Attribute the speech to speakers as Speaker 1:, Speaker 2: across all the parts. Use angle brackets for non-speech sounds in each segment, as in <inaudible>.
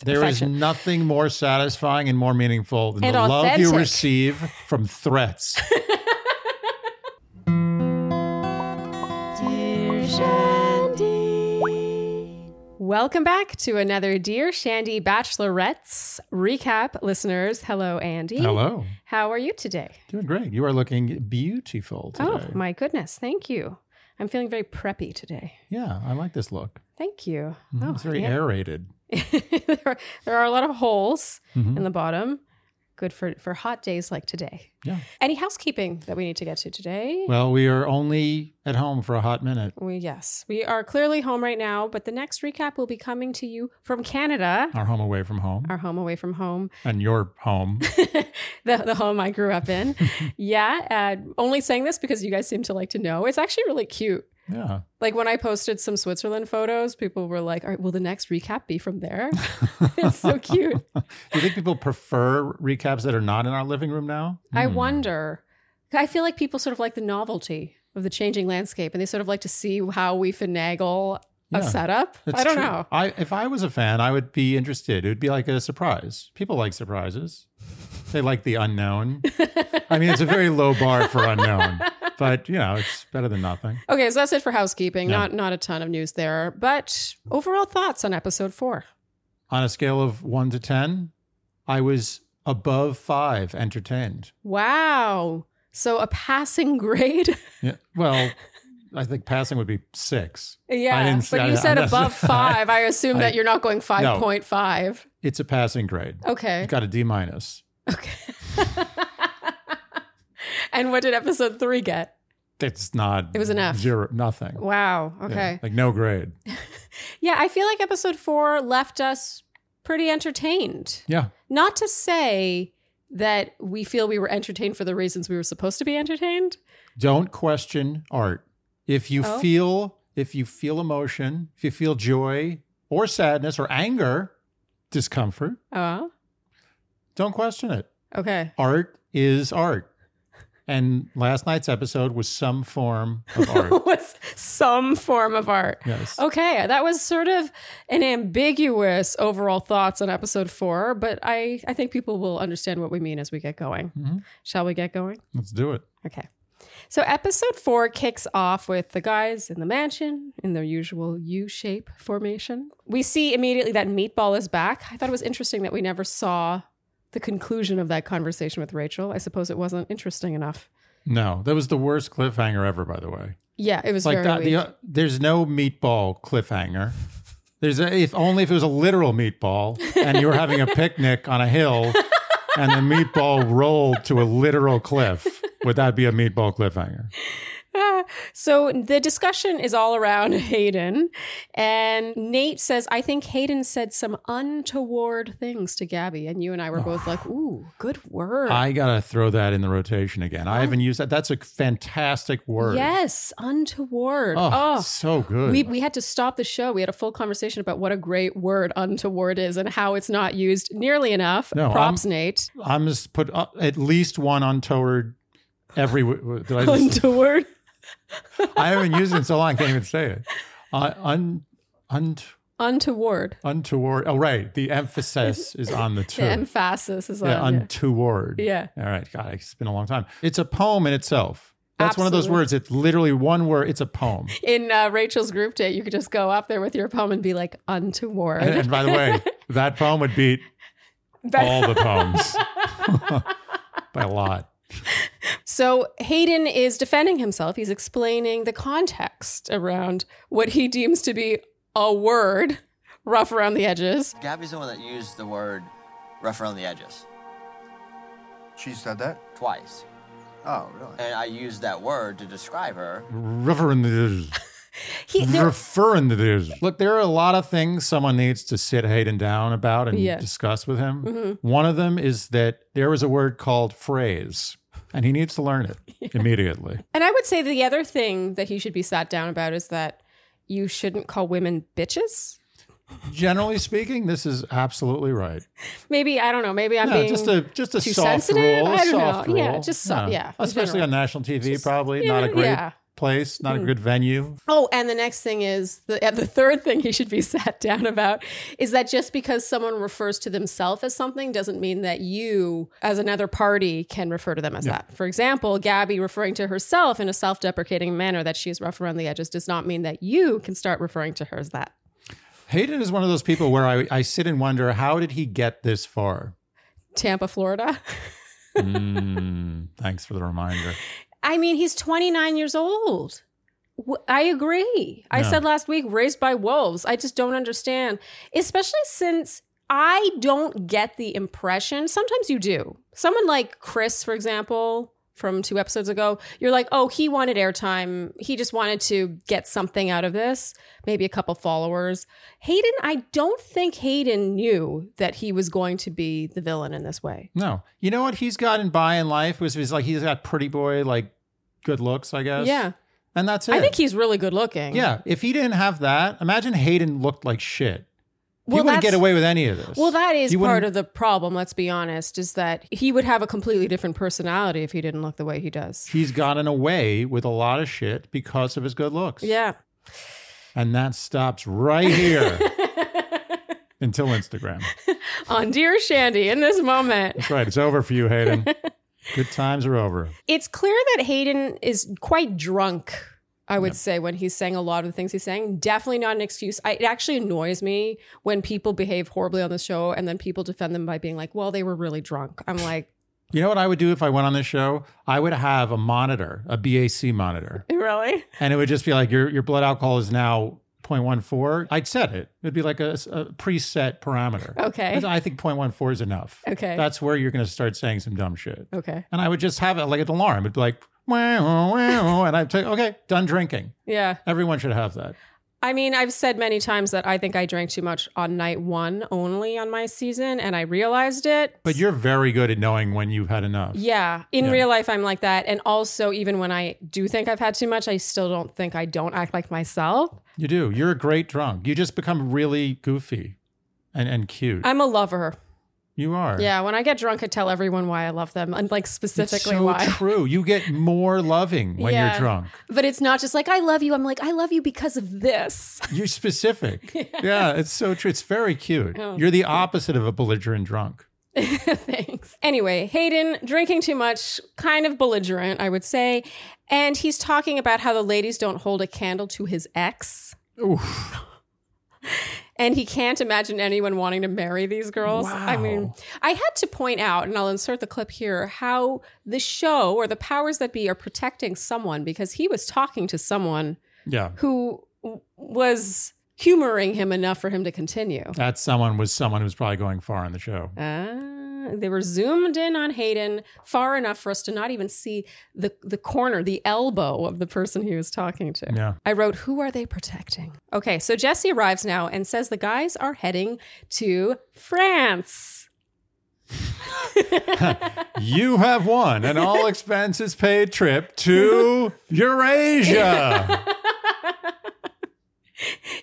Speaker 1: There is
Speaker 2: affection.
Speaker 1: nothing more satisfying and more meaningful than
Speaker 2: And
Speaker 1: the love you
Speaker 2: authentic.
Speaker 1: receive from
Speaker 2: <laughs>
Speaker 1: threats.
Speaker 2: Dear Shandy. Welcome back to another Dear Shandy Bachelorettes recap, listeners. Hello, Andy.
Speaker 1: Hello.
Speaker 2: How are you today?
Speaker 1: Doing great. You are looking beautiful today.
Speaker 2: Oh, my goodness. Thank you. I'm feeling very preppy today.
Speaker 1: yeah, I like this look.
Speaker 2: Thank you. <laughs>
Speaker 1: Mhm.
Speaker 2: Oh,
Speaker 1: it's very
Speaker 2: yeah.
Speaker 1: aerated.
Speaker 2: there, are, there are a lot of holes
Speaker 1: Mhm.
Speaker 2: in the bottom. Good for, for hot days like today.
Speaker 1: Yeah.
Speaker 2: Any housekeeping that we need to get to today?
Speaker 1: Well, we are only at home for a hot minute.
Speaker 2: we, yes, we are clearly home right now, but the next recap will be coming to you from Canada,
Speaker 1: Our home away from home
Speaker 2: our home away from home,
Speaker 1: and your home. <laughs>
Speaker 2: the, the home I grew up in. yeah, uh, only saying this because you guys seem to like to know. It's actually really cute.
Speaker 1: Yeah.
Speaker 2: Like when I posted some Switzerland photos, people were like, all right, will the next recap be
Speaker 1: <laughs>
Speaker 2: from there? it's so cute.
Speaker 1: Do you think people prefer recaps that are not in our living room now?
Speaker 2: I
Speaker 1: Hmm.
Speaker 2: wonder. I feel like people sort of like the novelty of the changing landscape and they sort of like to see how we finagle
Speaker 1: Yeah,
Speaker 2: a setup.
Speaker 1: that's
Speaker 2: I don't
Speaker 1: true.
Speaker 2: know.
Speaker 1: I if I was a fan, I would be interested. It would be like a surprise. People like surprises. They like the unknown. I mean, it's a very low bar for unknown, but you know, it's better than nothing.
Speaker 2: Okay, so that's it for housekeeping.
Speaker 1: Yeah.
Speaker 2: Not not a ton of news there, but overall thoughts on episode 4.
Speaker 1: On a scale of one to ten, I was above five entertained.
Speaker 2: Wow. So a passing grade.
Speaker 1: Yeah. Well, I think passing would be six.
Speaker 2: yeah.
Speaker 1: didn't
Speaker 2: but
Speaker 1: say-
Speaker 2: you
Speaker 1: <laughs> I-
Speaker 2: said
Speaker 1: I'm not-
Speaker 2: above 5. I assume
Speaker 1: I-
Speaker 2: that you're not going 5.5.
Speaker 1: It's a passing grade.
Speaker 2: Okay.
Speaker 1: Got a D minus.
Speaker 2: Okay. <laughs> and what did episode 3 get?
Speaker 1: It's not.
Speaker 2: It was an F.
Speaker 1: Zero. Nothing.
Speaker 2: Wow.
Speaker 1: Yeah,
Speaker 2: Okay.
Speaker 1: like no grade.
Speaker 2: Yeah, I feel like episode four left us pretty entertained.
Speaker 1: Yeah.
Speaker 2: Not to say that we feel we were entertained for the reasons we were supposed to be entertained.
Speaker 1: Don't question art. If you
Speaker 2: Oh.
Speaker 1: feel if you feel emotion, if you feel joy or sadness or anger, discomfort,
Speaker 2: Oh,
Speaker 1: don't question it.
Speaker 2: <laughs> okay.
Speaker 1: Art is art. And last night's episode was some form of
Speaker 2: <laughs>
Speaker 1: art.
Speaker 2: Was some form of art.
Speaker 1: yes.
Speaker 2: Okay, that was sort of an ambiguous overall thoughts on episode four, but I, I think people will understand what we mean as we get going.
Speaker 1: Mhm.
Speaker 2: Shall we get going?
Speaker 1: Let's do it.
Speaker 2: Okay. So episode four kicks off with the guys in the mansion in their usual U shape formation. We see immediately that Meatball is back. I thought it was interesting that we never saw the conclusion of that conversation with Rachel. I suppose it wasn't interesting enough.
Speaker 1: No, that was the worst cliffhanger ever, by the way.
Speaker 2: Yeah, it was
Speaker 1: like
Speaker 2: very
Speaker 1: that.
Speaker 2: weak.
Speaker 1: The, uh, there's no meatball cliffhanger. There's a, if only if it was a literal meatball and you were having a picnic on a hill and the meatball rolled to a literal cliff. Would that be a meatball cliffhanger?
Speaker 2: Ah. so the discussion is all around <laughs> Hayden. And Nate says, I think Hayden said some untoward things to Gabby. And you and I were both like, ooh, good word.
Speaker 1: I gotta throw that in the rotation again. I
Speaker 2: Oh.
Speaker 1: haven't used that. That's a fantastic word.
Speaker 2: Yes, untoward.
Speaker 1: Oh,
Speaker 2: oh
Speaker 1: so good.
Speaker 2: We, we had to stop the show. We had a full conversation about what a great word untoward is and how it's not used nearly enough.
Speaker 1: No, <laughs>
Speaker 2: Props, Nate.
Speaker 1: I'm just put uh, at least one untoward every. w- w- Did I just
Speaker 2: Untoward.
Speaker 1: I haven't used it in so long. I can't even say it. Uh, un, un,
Speaker 2: Untoward.
Speaker 1: untoward. Oh, right. The emphasis
Speaker 2: <laughs>
Speaker 1: is on the two.
Speaker 2: The emphasis is on
Speaker 1: yeah,
Speaker 2: it.
Speaker 1: untoward.
Speaker 2: Yeah.
Speaker 1: All right. God, it's been a long time. It's a poem in itself. That's one of those
Speaker 2: Absolutely.
Speaker 1: words. It's literally one word. It's a poem.
Speaker 2: In uh, Rachel's group date, you could just go up there with your poem and be like, untoward. <laughs>
Speaker 1: And, and by the way, that poem would beat
Speaker 2: But-
Speaker 1: all the
Speaker 2: <laughs>
Speaker 1: poems <laughs> by a lot.
Speaker 2: So Hayden is defending himself. He's explaining the context around what he deems to be a word, rough around the edges.
Speaker 3: Gabby's the one that used the word rough around the edges
Speaker 4: She said that?
Speaker 3: twice.
Speaker 4: Oh, really?
Speaker 3: And I used that word to describe her.
Speaker 1: Reverend.
Speaker 2: <laughs>
Speaker 1: Mm-hmm.
Speaker 2: He, there-
Speaker 1: referring to this. Look, there are a lot of things someone needs to sit Hayden down about and
Speaker 2: Yeah.
Speaker 1: discuss with him.
Speaker 2: Mm-hmm.
Speaker 1: One of them is that there is a word called phrase, and he needs to learn
Speaker 2: <laughs>
Speaker 1: it immediately.
Speaker 2: And I would say the other thing that he should be sat down about is that you shouldn't call women bitches.
Speaker 1: Generally speaking, this is absolutely right.
Speaker 2: Maybe I don't know. Maybe I'm
Speaker 1: Yeah,
Speaker 2: being
Speaker 1: just a just a
Speaker 2: too
Speaker 1: soft
Speaker 2: sensitive?
Speaker 1: rule. a
Speaker 2: I don't
Speaker 1: soft
Speaker 2: know. Yeah,
Speaker 1: rule.
Speaker 2: just so- yeah, in
Speaker 1: especially
Speaker 2: general.
Speaker 1: on national TV, probably not a great
Speaker 2: yeah. Mm.
Speaker 1: place, not a good venue.
Speaker 2: Oh, and the next thing is the and the third thing he should be <laughs> sat down about is that just because someone refers to themselves as something doesn't mean that you, as another party, can refer to them as that. For example, Gabby referring to herself in a self-deprecating manner that she's rough around the edges does not mean that you can start referring to her as that.
Speaker 1: Hayden is one of those people where I, I sit and wonder how did he get this far?
Speaker 2: Tampa, Florida.
Speaker 1: Mm, <laughs> thanks for the reminder.
Speaker 2: I mean, he's 29 years old. W- I agree. I
Speaker 1: No.
Speaker 2: said last week, raised by wolves. I just don't understand, especially since I don't get the impression. Sometimes you do. Someone like Chris, for example, from two episodes ago, you're like, oh, he wanted airtime. He just wanted to get something out of this, maybe a couple followers. Hayden, I don't think Hayden knew that he was going to be the villain in this way.
Speaker 1: No, you know what he's gotten by in life was he's like he's got pretty boy like good looks, I guess.
Speaker 2: Yeah.
Speaker 1: and that's it.
Speaker 2: I think he's really good looking.
Speaker 1: yeah, if he didn't have that, imagine Hayden looked like shit.
Speaker 2: Well,
Speaker 1: he wouldn't get
Speaker 2: that's-
Speaker 1: away with any of this.
Speaker 2: Well, that is
Speaker 1: You wouldn't-
Speaker 2: part of the problem, let's be honest, is that he would have a completely different personality if he didn't look the way he does.
Speaker 1: he's gotten away with a lot of shit because of his good looks.
Speaker 2: Yeah.
Speaker 1: and that stops right here <laughs> until Instagram.
Speaker 2: <laughs> On Dear Shandy, in this moment,
Speaker 1: That's right. It's over for you, Hayden. Good times are over.
Speaker 2: it's clear that Hayden is quite drunk. I would say when he's saying a lot of the things he's saying, definitely not an excuse. I, it actually annoys me when people behave horribly on the show and then people defend them by being like, "Well, they were really drunk."
Speaker 1: <laughs>
Speaker 2: I'm like,
Speaker 1: You know what I would do if I went on this show? I would have a monitor, a BAC monitor,
Speaker 2: "Really?"
Speaker 1: and it would just be like your your blood alcohol is now 0.14. I'd set it. It'd be like a, a preset parameter.
Speaker 2: Okay.
Speaker 1: I think 0.14 is enough.
Speaker 2: Okay.
Speaker 1: That's where you're going to start saying some dumb shit.
Speaker 2: Okay.
Speaker 1: And I would just have it like an alarm. It'd be like, wow, wow, and I'd say, okay, done drinking.
Speaker 2: Yeah.
Speaker 1: Everyone should have that.
Speaker 2: I mean, I've said many times that I think I drank too much on night one only on my season, and I realized it.
Speaker 1: But you're very good at knowing when you've had enough.
Speaker 2: yeah, in
Speaker 1: Yeah.
Speaker 2: real life, I'm like that. And also, even when I do think I've had too much, I still don't think I don't act like myself.
Speaker 1: You do. You're a great drunk. You just become really goofy and, and cute.
Speaker 2: I'm a lover.
Speaker 1: you are.
Speaker 2: Yeah, when I get drunk, I tell everyone why I love them and like
Speaker 1: It's
Speaker 2: specifically
Speaker 1: so
Speaker 2: why.
Speaker 1: true. You get more loving when
Speaker 2: Yeah.
Speaker 1: you're drunk.
Speaker 2: But it's not just like, I love you. I'm like, I love you because of this.
Speaker 1: You're
Speaker 2: <laughs>
Speaker 1: specific. yeah. it's so true. It's very cute.
Speaker 2: Oh.
Speaker 1: You're the opposite of a belligerent drunk.
Speaker 2: <laughs> Thanks. Anyway, Hayden drinking too much, kind of belligerent, I would say. And he's talking about how the ladies don't hold a candle to his ex. And he can't imagine anyone wanting to marry these girls. I mean,
Speaker 1: Wow.
Speaker 2: I had to point out, and I'll insert the clip here, how the show or the powers that be are protecting someone because he was talking to someone
Speaker 1: Yeah.
Speaker 2: who w- was humoring him enough for him to continue.
Speaker 1: That someone was someone who's probably going far on the show.
Speaker 2: Ah, they were zoomed in on Hayden far enough for us to not even see the, the corner, the elbow of the person he was talking to.
Speaker 1: Yeah.
Speaker 2: I wrote, Who are they protecting? Okay, so Jesse arrives now and says the guys are heading to France.
Speaker 1: you have won an
Speaker 2: <laughs>
Speaker 1: all expenses paid trip to Eurasia.
Speaker 2: It-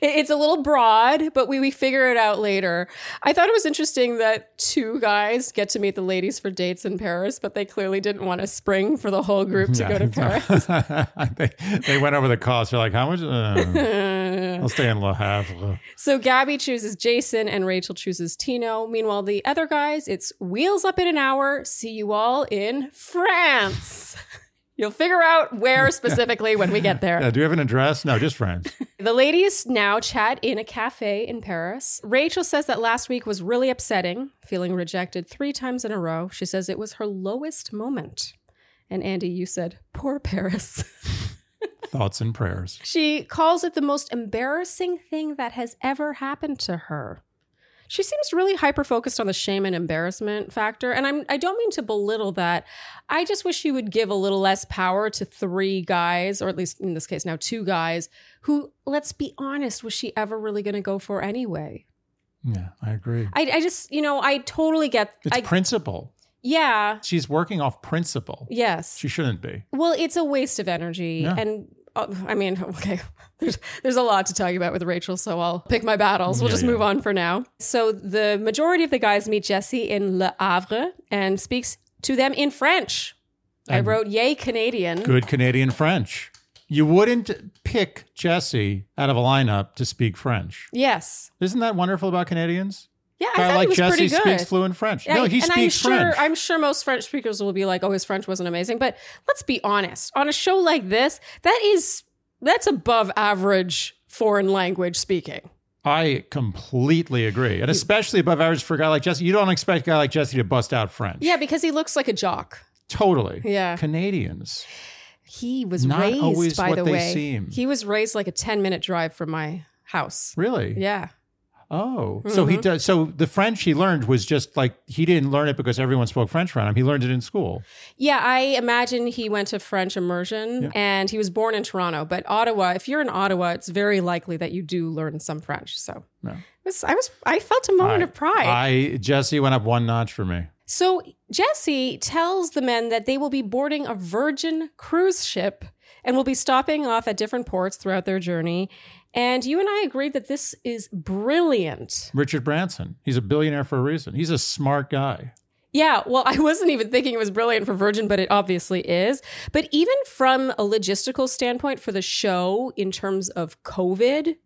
Speaker 2: It's a little broad, but we, we figure it out later. I thought it was interesting that two guys get to meet the ladies for dates in Paris, but they clearly didn't want to spring for the whole group to go to Paris.
Speaker 1: <laughs> they, they went over the cost. They're like, how much? Uh, I'll stay in Le Havre.
Speaker 2: So Gabby chooses Jason and Rachel chooses Tino. Meanwhile, the other guys, it's wheels up in an hour. See you all in France. <laughs> You'll figure out where specifically when we get there.
Speaker 1: Yeah, Uh, do you have an address? No, just friends.
Speaker 2: The ladies now chat in a cafe in Paris. Rachel says that last week was really upsetting, feeling rejected three times in a row. She says it was her lowest moment. And Andy, you said, poor Paris. <laughs>
Speaker 1: Thoughts and prayers.
Speaker 2: She calls it the most embarrassing thing that has ever happened to her. She seems really hyper focused on the shame and embarrassment factor, and I'm I don't mean to belittle that. I just wish she would give a little less power to three guys, or at least in this case now two guys, who, let's be honest, was she ever really going to go for anyway?
Speaker 1: Yeah, I agree.
Speaker 2: I, I just, you know, I totally get.
Speaker 1: It's
Speaker 2: I,
Speaker 1: principle.
Speaker 2: yeah.
Speaker 1: She's working off principle.
Speaker 2: Yes.
Speaker 1: She shouldn't be.
Speaker 2: Well, it's a waste of energy,
Speaker 1: Yeah.
Speaker 2: and uh, I mean, <laughs> okay, there's there's a lot to talk about with Rachel, so I'll pick my battles. We'll
Speaker 1: Yeah,
Speaker 2: just
Speaker 1: yeah.
Speaker 2: move on for now. So the majority of the guys meet Jesse in Le Havre and speaks to them in French. I
Speaker 1: And
Speaker 2: wrote, "Yay, Canadian!"
Speaker 1: Good Canadian French. You wouldn't pick Jesse out of a lineup to speak French.
Speaker 2: yes.
Speaker 1: Isn't that wonderful about Canadians?
Speaker 2: Yeah, I
Speaker 1: Guy
Speaker 2: thought he was
Speaker 1: Jesse
Speaker 2: pretty good.
Speaker 1: speaks fluent French.
Speaker 2: Yeah,
Speaker 1: no, he
Speaker 2: and I'm
Speaker 1: speaks
Speaker 2: sure,
Speaker 1: French.
Speaker 2: I'm sure most French speakers will be like, "Oh, his French wasn't amazing." But let's be honest: on a show like this, that is that's above average foreign language speaking.
Speaker 1: I completely agree. And especially above average for a guy like Jesse. You don't expect a guy like Jesse to bust out French.
Speaker 2: Yeah, because he looks like a jock.
Speaker 1: Totally.
Speaker 2: Yeah.
Speaker 1: Canadians.
Speaker 2: He was
Speaker 1: Not
Speaker 2: raised,
Speaker 1: always
Speaker 2: by
Speaker 1: what
Speaker 2: the
Speaker 1: they
Speaker 2: way,
Speaker 1: seem.
Speaker 2: he was raised like a ten minute drive from my house.
Speaker 1: Really?
Speaker 2: Yeah, Mm-hmm.
Speaker 1: Oh. So he does so the French he learned was just like he didn't learn it because everyone spoke French around him. He learned it in school.
Speaker 2: yeah. I imagine he went to French immersion, and he was born in Toronto, but Ottawa. If you're in Ottawa, it's very likely that you do learn some French. So.
Speaker 1: No.
Speaker 2: It was- I was I felt a moment
Speaker 1: I-
Speaker 2: of pride.
Speaker 1: I Jesse went up one notch for me.
Speaker 2: So Jesse tells the men that they will be boarding a Virgin cruise ship and will be stopping off at different ports throughout their journey. And you and I agreed that this is brilliant.
Speaker 1: Richard Branson. He's a billionaire for a reason. He's a smart guy.
Speaker 2: Yeah, well, <laughs> I wasn't even thinking it was brilliant for Virgin, but it obviously is. But even from a logistical standpoint for the show, in terms of COVID,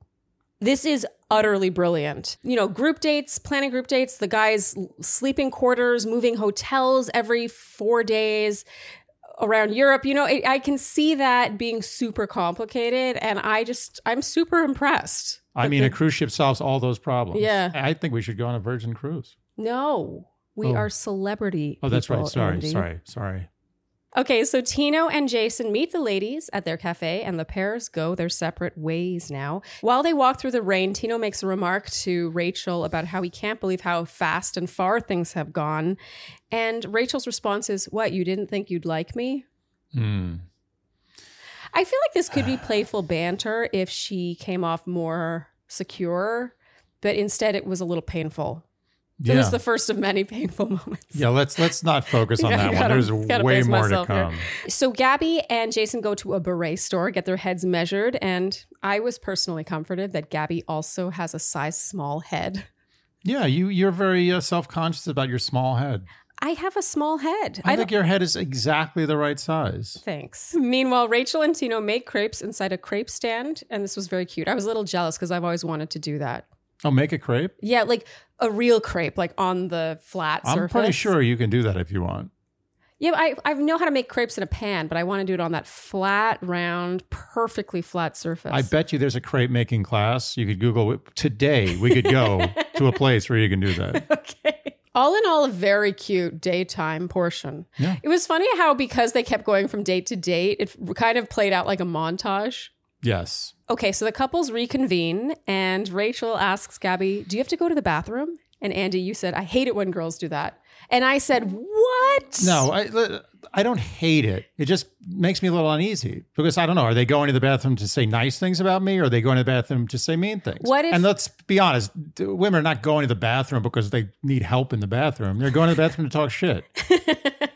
Speaker 2: this is utterly brilliant. You know, group dates, planning group dates, the guys sleeping quarters, moving hotels every four days around Europe. You know, I I can see that being super complicated. And I just, I'm super impressed.
Speaker 1: I mean, a cruise ship solves all those problems.
Speaker 2: Yeah.
Speaker 1: I think we should go on a Virgin cruise.
Speaker 2: No, we
Speaker 1: Oh.
Speaker 2: are celebrity.
Speaker 1: Oh, that's right.
Speaker 2: people,
Speaker 1: Sorry,
Speaker 2: Andy.
Speaker 1: sorry, sorry.
Speaker 2: Okay, so Tino and Jason meet the ladies at their cafe, and the pairs go their separate ways now. While they walk through the rain, Tino makes a remark to Rachel about how he can't believe how fast and far things have gone. And Rachel's response is, What, you didn't think you'd like me?
Speaker 1: Hmm.
Speaker 2: I feel like this could be playful banter if she came off more secure, but instead it was a little painful. It
Speaker 1: Yeah.
Speaker 2: was the first of many <laughs> painful moments.
Speaker 1: yeah, let's let's not focus on
Speaker 2: <laughs> Yeah,
Speaker 1: that
Speaker 2: I
Speaker 1: one.
Speaker 2: gotta-
Speaker 1: There's
Speaker 2: gotta
Speaker 1: way
Speaker 2: pace
Speaker 1: more to
Speaker 2: myself here.
Speaker 1: come.
Speaker 2: So Gabby and Jason go to a beret store, get their heads measured, and I was personally comforted that Gabby also has a size small head.
Speaker 1: Yeah, you you're very uh, self-conscious about your small head.
Speaker 2: I have a small head.
Speaker 1: I,
Speaker 2: I
Speaker 1: think
Speaker 2: don't
Speaker 1: your head is exactly the right size.
Speaker 2: Thanks. Meanwhile, Rachel and Tino make crepes inside a crepe stand, and this was very cute. I was a little jealous because I've always wanted to do that.
Speaker 1: Oh, make a crepe.
Speaker 2: Yeah, like a real crepe, like on the flat surface.
Speaker 1: I'm pretty sure you can do that if you want.
Speaker 2: Yeah, I I know how to make crepes in a pan, but I want to do it on that flat, round, perfectly flat surface.
Speaker 1: I bet you there's a crepe making class. You could Google it. today. We could
Speaker 2: <laughs>
Speaker 1: go to a place where you can do that.
Speaker 2: okay. All in all, a very cute daytime portion.
Speaker 1: Yeah.
Speaker 2: It was funny how because they kept going from date to date, it kind of played out like a montage.
Speaker 1: Yes.
Speaker 2: Okay, so the couples reconvene, and Rachel asks Gabby, "Do you have to go to the bathroom?" And Andy, you said, "I hate it when girls do that," and I said, "What?"
Speaker 1: No, I I don't hate it. It just makes me a little uneasy because I don't know. Are they going to the bathroom to say nice things about me, or are they going to the bathroom to say mean things?
Speaker 2: What if-
Speaker 1: and let's be honest, d- women are not going to the bathroom because they need help in the bathroom. They're going to the bathroom to talk shit,
Speaker 2: <laughs>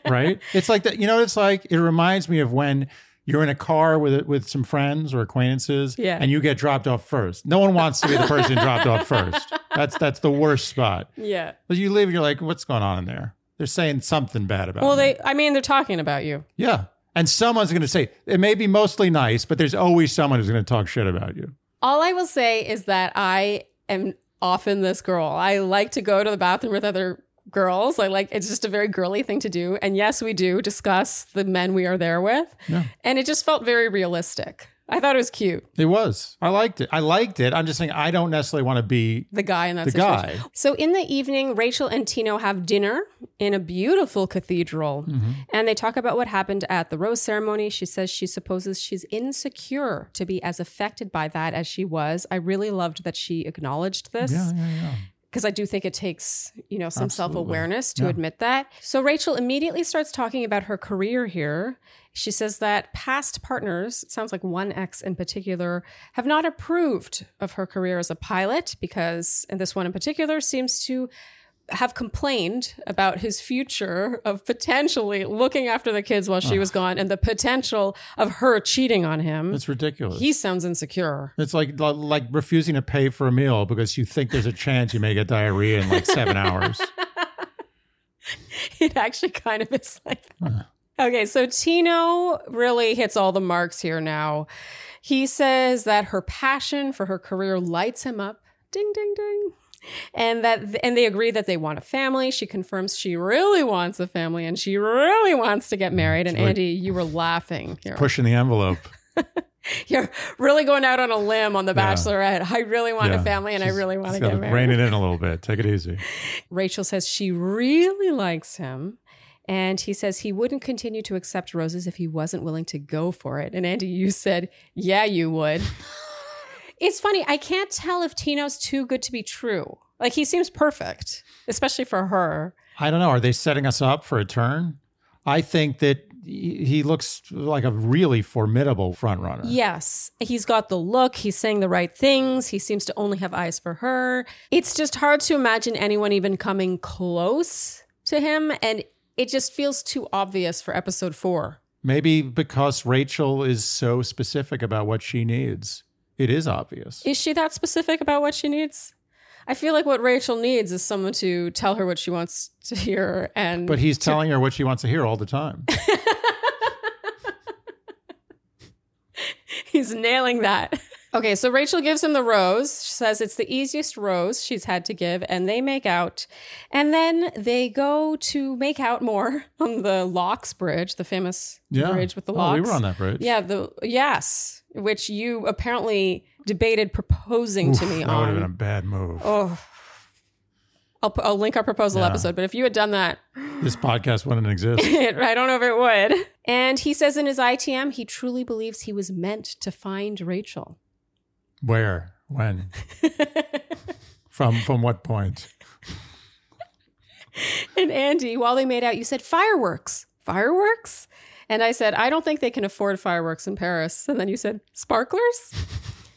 Speaker 1: right? It's like that. You know, what it's like it reminds me of when. You're in a car with with some friends or acquaintances,
Speaker 2: Yeah.
Speaker 1: and you get dropped off first. No one wants to be the person dropped off
Speaker 2: <laughs>
Speaker 1: first. That's that's the worst spot.
Speaker 2: Yeah.
Speaker 1: But you leave and you're like, what's going on in there? They're saying something bad about me.
Speaker 2: Well, they. I mean, they're talking about you.
Speaker 1: Yeah. And someone's going to say, it may be mostly nice, but there's always someone who's going to talk shit about you.
Speaker 2: All I will say is that I am often this girl. I like to go to the bathroom with other girls. I like it's just a very girly thing to do. And yes, we do discuss the men we are there with.
Speaker 1: Yeah.
Speaker 2: And it just felt very realistic. I thought it was cute,
Speaker 1: It was. I liked it. I liked it. I'm just saying, I don't necessarily want to be
Speaker 2: the guy in that
Speaker 1: the guy.
Speaker 2: situation. So in the evening, Rachel and Tino have dinner in a beautiful cathedral
Speaker 1: Mm-hmm.
Speaker 2: and they talk about what happened at the rose ceremony. She says she supposes she's insecure to be as affected by that as she was. I really loved that she acknowledged this.
Speaker 1: Yeah, yeah, yeah.
Speaker 2: because I do think it takes, you know, some
Speaker 1: Absolutely.
Speaker 2: self awareness to
Speaker 1: Yeah.
Speaker 2: admit that. So Rachel immediately starts talking about her career here. She says that past partners, it sounds like one ex in particular, have not approved of her career as a pilot because, and this one in particular seems to have complained about his future of potentially looking after the kids while she was gone and the potential of her cheating on him.
Speaker 1: It's ridiculous.
Speaker 2: He sounds insecure.
Speaker 1: it's like like refusing to pay for a meal because you think there's a chance you may get diarrhea in
Speaker 2: <laughs>
Speaker 1: like seven hours.
Speaker 2: It actually kind of is like that. Okay, so Tino really hits all the marks here now. He says that her passion for her career lights him up. Ding ding ding. And that and they agree that they want a family. She confirms she really wants a family and she really wants to get married. And
Speaker 1: Mm, It's like-
Speaker 2: Andy, you were laughing. You're,
Speaker 1: Pushing the envelope.
Speaker 2: you're really going out on a limb on The
Speaker 1: Yeah.
Speaker 2: Bachelorette. I really <laughs> want
Speaker 1: Yeah.
Speaker 2: a family and I
Speaker 1: She's-
Speaker 2: really want to
Speaker 1: she's gotta
Speaker 2: get married.
Speaker 1: Rein it in a little bit. Take it easy.
Speaker 2: Rachel says she really likes him. And he says he wouldn't continue to accept roses if he wasn't willing to go for it. And Andy, you said, yeah, you would. it's funny. I can't tell if Tino's too good to be true. Like, he seems perfect, especially for her.
Speaker 1: I don't know. Are they setting us up for a turn? I think that he he looks like a really formidable front runner.
Speaker 2: Yes, he's got the look. He's saying the right things. He seems to only have eyes for her. It's just hard to imagine anyone even coming close to him. And it just feels too obvious for episode four.
Speaker 1: Maybe because Rachel is so specific about what she needs, it is obvious.
Speaker 2: Is she that specific about what she needs? I feel like what Rachel needs is someone to tell her what she wants to hear and
Speaker 1: But he's telling her what she wants to hear all the time.
Speaker 2: <laughs> he's nailing that. Okay, so Rachel gives him the rose. She says it's the easiest rose she's had to give and they make out. And then they go to make out more <laughs> on the Locks Bridge, the famous
Speaker 1: Yeah.
Speaker 2: bridge with <laughs> the
Speaker 1: Oh,
Speaker 2: locks.
Speaker 1: we were on that bridge.
Speaker 2: Yeah, the yes, which you apparently debated proposing to
Speaker 1: Oof,
Speaker 2: me
Speaker 1: that would
Speaker 2: on.
Speaker 1: have been a bad move.
Speaker 2: Oh, I'll, pu- I'll link our proposal
Speaker 1: Yeah.
Speaker 2: episode. But if you had done that,
Speaker 1: This podcast wouldn't exist.
Speaker 2: <laughs> I don't know if it would. And he says in his ITM, he truly believes he was meant to find Rachel. <laughs>
Speaker 1: Where? When? From from what point?
Speaker 2: And Andy, while they made out, you said fireworks, fireworks. And I said, I don't think they can afford fireworks in Paris. And then you said sparklers.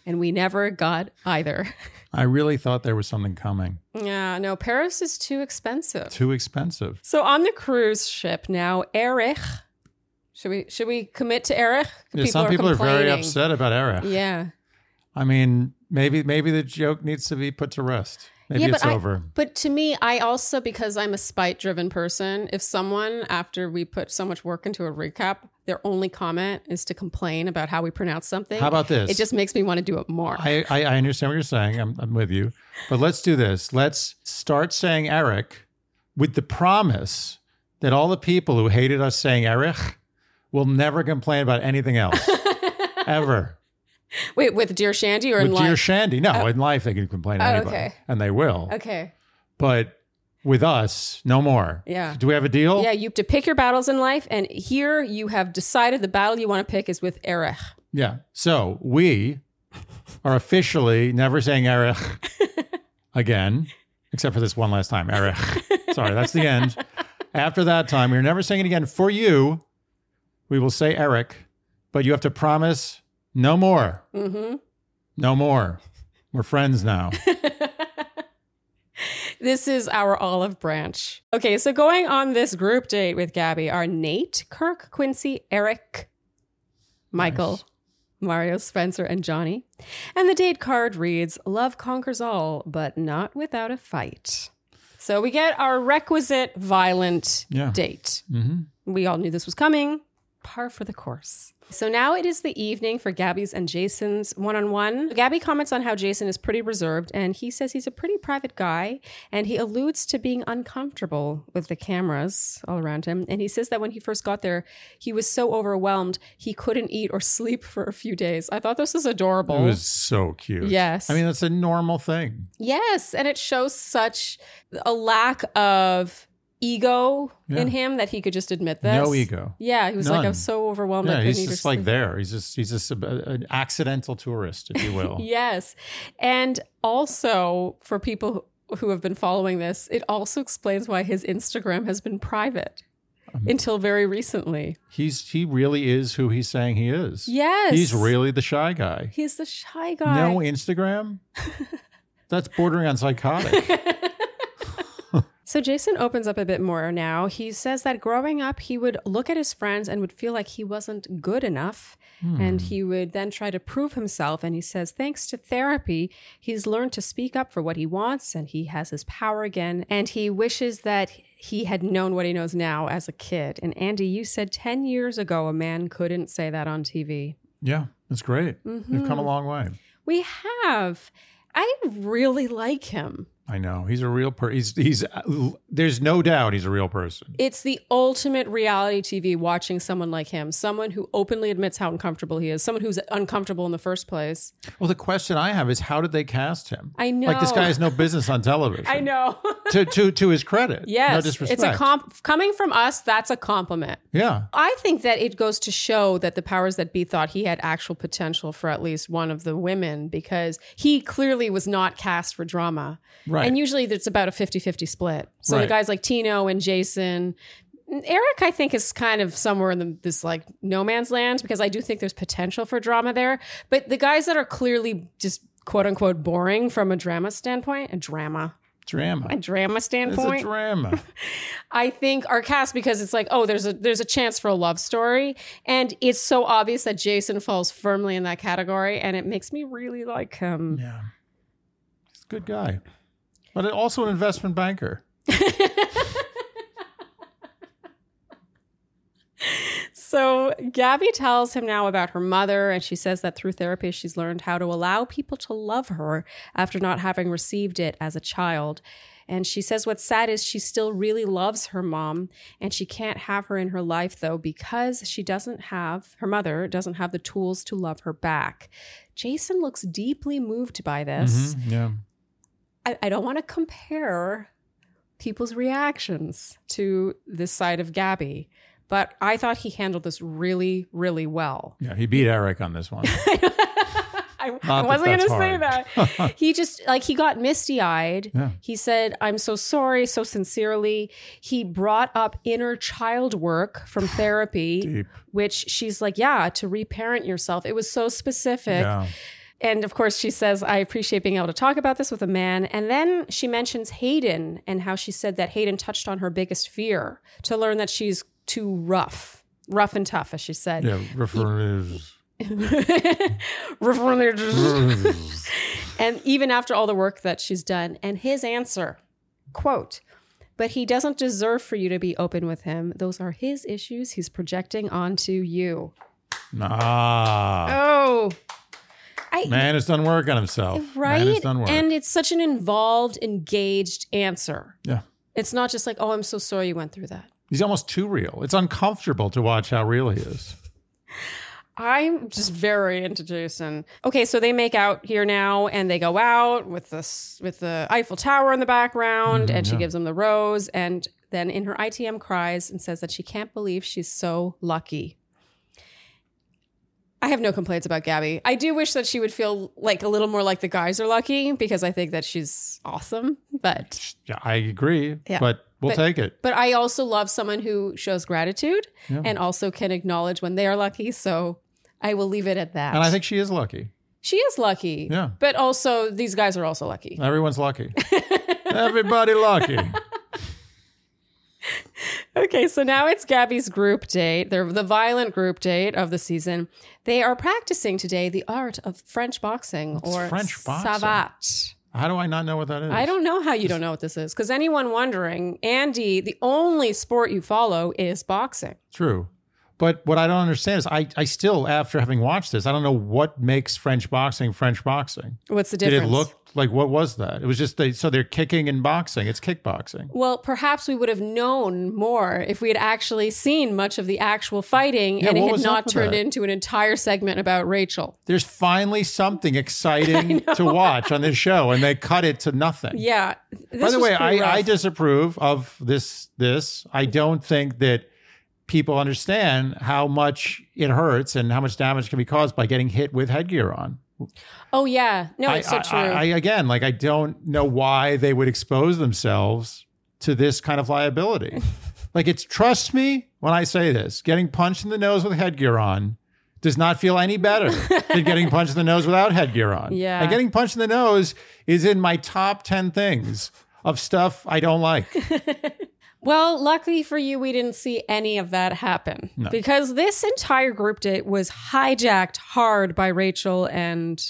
Speaker 2: And we never got either.
Speaker 1: I really thought there was something coming.
Speaker 2: Yeah, no, Paris is too expensive.
Speaker 1: Too expensive.
Speaker 2: So on the cruise ship now, Erich. Should we should we commit to Erich?
Speaker 1: Yeah, some people are very
Speaker 2: complaining.
Speaker 1: upset about Eric.
Speaker 2: Yeah.
Speaker 1: I mean, maybe maybe the joke needs to be put to rest. Maybe
Speaker 2: yeah,
Speaker 1: it's
Speaker 2: but I-
Speaker 1: over.
Speaker 2: but to me, I also because I'm a spite driven person, if someone after we put so much work into a recap, their only comment is to complain about how we pronounce something.
Speaker 1: How about this?
Speaker 2: it just makes me want to do it more.
Speaker 1: I, I I understand what you're saying. I'm I'm with you. But let's do this. Let's start saying Eric with the promise that all the people who hated us saying Eric will never complain about anything
Speaker 2: <laughs>
Speaker 1: else ever.
Speaker 2: <laughs> Wait, with Dear Shandy or in
Speaker 1: with Dear
Speaker 2: life?
Speaker 1: Shandy, no, in life they can complain to
Speaker 2: Oh,
Speaker 1: anybody,
Speaker 2: okay.
Speaker 1: and they will.
Speaker 2: okay.
Speaker 1: But with us, no more.
Speaker 2: Yeah.
Speaker 1: Do we have a deal?
Speaker 2: Yeah, you have to pick your battles in life, and here you have decided the battle you want to pick is with Erich.
Speaker 1: Yeah. So we are officially never saying Erich again, except for this one last time. Erich. Sorry, that's the end. After that time, we're never saying it again. For you, we will say Eric, but you have to promise no more.
Speaker 2: Mm-hmm.
Speaker 1: No more. We're friends now.
Speaker 2: This is our olive branch. Okay, so going on this group date with Gabby are Nate, Kirk, Quincy, Eric, Michael,
Speaker 1: Nice.
Speaker 2: Mario, Spencer, and Johnny. And the date card reads Love conquers all, but not without a fight. So we get our requisite violent
Speaker 1: Yeah.
Speaker 2: date.
Speaker 1: hmm
Speaker 2: We all knew this was coming. Par for the course. So now it is the evening for Gabby's and Jason's one on one. Gabby comments on how Jason is pretty reserved and he says he's a pretty private guy and he alludes to being uncomfortable with the cameras all around him. And he says that when he first got there, he was so overwhelmed he couldn't eat or sleep <laughs> for a few days. I thought this was
Speaker 1: It
Speaker 2: adorable.
Speaker 1: was so cute.
Speaker 2: Yes.
Speaker 1: I mean, that's a normal thing.
Speaker 2: Yes, and it shows such a lack of ego
Speaker 1: Yeah.
Speaker 2: in him that he could just admit this.
Speaker 1: No ego.
Speaker 2: Yeah, he was like, I
Speaker 1: None.
Speaker 2: was so overwhelmed. I
Speaker 1: Yeah,
Speaker 2: couldn't
Speaker 1: he's
Speaker 2: eat or
Speaker 1: just like
Speaker 2: sleep."
Speaker 1: there. He's just he's just a, an accidental tourist, if you
Speaker 2: <laughs>
Speaker 1: will.
Speaker 2: Yes, and also for people who- who have been following this, it also explains why his Instagram has been private
Speaker 1: Um,
Speaker 2: until very recently.
Speaker 1: He's he really is who he's saying he is.
Speaker 2: Yes,
Speaker 1: He's really the shy guy.
Speaker 2: He's the shy guy.
Speaker 1: No
Speaker 2: <laughs>
Speaker 1: Instagram? That's bordering on psychotic.
Speaker 2: <laughs> So Jason opens up a bit more now. He says that growing up, he would look at his friends and would feel like he wasn't good enough. And he would then try to prove himself. And he says, thanks to therapy, he's learned to speak up for what he wants and he has his power again. And he wishes that he had known what he knows now as a kid. And Andy, you said 10 years ago a man couldn't say that on TV.
Speaker 1: Yeah, it's great. We've come a
Speaker 2: Mhm.
Speaker 1: long way.
Speaker 2: We have. I really like him.
Speaker 1: I know he's a real person. He's he's there's no doubt he's a real person.
Speaker 2: It's the ultimate reality TV watching someone like him, someone who openly admits how uncomfortable he is, someone who's uncomfortable in the first place.
Speaker 1: Well, the question I have is how did they cast him?
Speaker 2: I know.
Speaker 1: Like this guy has no business on television.
Speaker 2: <laughs> I know.
Speaker 1: To to to his credit.
Speaker 2: yes.
Speaker 1: No disrespect.
Speaker 2: It's a comp coming from us, that's a compliment.
Speaker 1: yeah.
Speaker 2: I think that it goes to show that the powers that be thought he had actual potential for at least one of the women because he clearly was not cast for drama.
Speaker 1: Right.
Speaker 2: And usually it's about a 50 50 split. So the
Speaker 1: Right.
Speaker 2: guys like Tino and Jason. Eric, I think, is kind of somewhere in the, this like no man's land because I do think there's potential for drama there. But the guys that are clearly just quote unquote boring from a drama standpoint, a drama,
Speaker 1: drama.
Speaker 2: a drama
Speaker 1: It's
Speaker 2: standpoint.
Speaker 1: a
Speaker 2: <laughs>
Speaker 1: drama.
Speaker 2: I think are cast because it's like, oh, there's a there's a chance for a love story, and it's so obvious that Jason falls firmly in that category, and it makes me really like him.
Speaker 1: yeah. He's a good guy. But also an investment banker.
Speaker 2: So Gabby tells him now about her mother, and she says that through therapy she's learned how to allow people to love her after not having received it as a child. And she says what's sad is she still really loves her mom, and she can't have her in her life though because she doesn't have her mother doesn't have the tools to love her back. Jason looks deeply moved by this.
Speaker 1: Mhm, Yeah.
Speaker 2: I, I don't want to compare people's reactions to this side of Gabby, but I thought he handled this really, really well. <laughs>
Speaker 1: Yeah. He beat Eric on this one.
Speaker 2: I, I
Speaker 1: Not that
Speaker 2: wasn't going to
Speaker 1: that's
Speaker 2: say
Speaker 1: hard. <laughs>
Speaker 2: that. he just, like, he got misty eyed.
Speaker 1: Yeah.
Speaker 2: He said, I'm so sorry, so sincerely. He brought up inner child
Speaker 1: <sighs>
Speaker 2: work from therapy,
Speaker 1: Deep.
Speaker 2: which she's like, yeah, to reparent yourself. It was so specific.
Speaker 1: Yeah.
Speaker 2: And of course, she says, I appreciate being able to talk about this with a man. And then she mentions Hayden and how she said that Hayden touched on her biggest fear to learn that she's too rough, rough and tough, as she said.
Speaker 1: Yeah. Refers.
Speaker 2: <laughs> and even after all the work that she's done, and his answer, quote, but he doesn't deserve for you to be open with him. Those are his issues he's projecting onto you.
Speaker 1: ah.
Speaker 2: Oh, I,
Speaker 1: Man has done work on himself. Man has
Speaker 2: Oh. right?
Speaker 1: done work.
Speaker 2: And it's such an involved, engaged answer.
Speaker 1: yeah.
Speaker 2: It's not just like, oh, I'm so sorry you went through that.
Speaker 1: He's almost too real. It's uncomfortable to watch how real he is.
Speaker 2: I'm just very into Jason. Okay, so they make out here now, and they go out with this with the Eiffel Tower in the background,
Speaker 1: Mhm,
Speaker 2: and she
Speaker 1: yeah.
Speaker 2: gives him the rose, and then in her ITM cries and says that she can't believe she's so lucky. I have no complaints about Gabby. I do wish that she would feel like a little more like the guys are lucky because I think that she's awesome, but
Speaker 1: Yeah, I agree.
Speaker 2: Yeah.
Speaker 1: But we'll
Speaker 2: But-
Speaker 1: take it.
Speaker 2: But I also love someone who shows gratitude
Speaker 1: Yeah.
Speaker 2: and also can acknowledge when they are lucky. So I will leave it at that.
Speaker 1: And I think she is lucky.
Speaker 2: she is lucky.
Speaker 1: Yeah.
Speaker 2: But also, these guys are also lucky.
Speaker 1: Everyone's
Speaker 2: <laughs>
Speaker 1: lucky. Everybody lucky.
Speaker 2: Okay, so now it's Gabby's group date. They're the violent group date of the season. They are practicing today the art of French boxing
Speaker 1: What's
Speaker 2: or
Speaker 1: French boxing?
Speaker 2: savat.
Speaker 1: How do I not know what that is?
Speaker 2: I don't know how you don't know what this is because anyone wondering, Andy, the only sport you follow is boxing.
Speaker 1: True. But what I don't understand is I, I still, after having watched this, I don't know what makes French boxing French boxing.
Speaker 2: What's the difference?
Speaker 1: Did it look like what was that? It was just they so they're kicking and boxing. It's kickboxing.
Speaker 2: Well, perhaps we would have known more if we had actually seen much of the actual fighting
Speaker 1: Yeah,
Speaker 2: and
Speaker 1: what
Speaker 2: it had
Speaker 1: was
Speaker 2: not
Speaker 1: up with
Speaker 2: turned
Speaker 1: that?
Speaker 2: into an entire segment about Rachel.
Speaker 1: There's finally something
Speaker 2: <laughs>
Speaker 1: exciting to watch on this show, and they cut it to nothing.
Speaker 2: Yeah. This
Speaker 1: By the
Speaker 2: was
Speaker 1: way,
Speaker 2: pretty
Speaker 1: I, I
Speaker 2: rough.
Speaker 1: disapprove of this. This I don't think that people understand how much it hurts and how much damage can be caused by getting hit with headgear on.
Speaker 2: Oh, yeah. No,
Speaker 1: I,
Speaker 2: it's so
Speaker 1: I-
Speaker 2: true.
Speaker 1: I, I- again, like I don't know why they would expose themselves to this kind of
Speaker 2: <laughs>
Speaker 1: liability. like it's trust me when I say this: getting punched in the nose with headgear on does not feel any
Speaker 2: <laughs>
Speaker 1: better than getting punched in the nose without headgear on.
Speaker 2: Yeah.
Speaker 1: and getting punched in the nose is in my top ten things of stuff I don't
Speaker 2: <laughs>
Speaker 1: like.
Speaker 2: well, luckily for you, we didn't see any of that happen
Speaker 1: No.
Speaker 2: because this entire group date was hijacked hard by Rachel and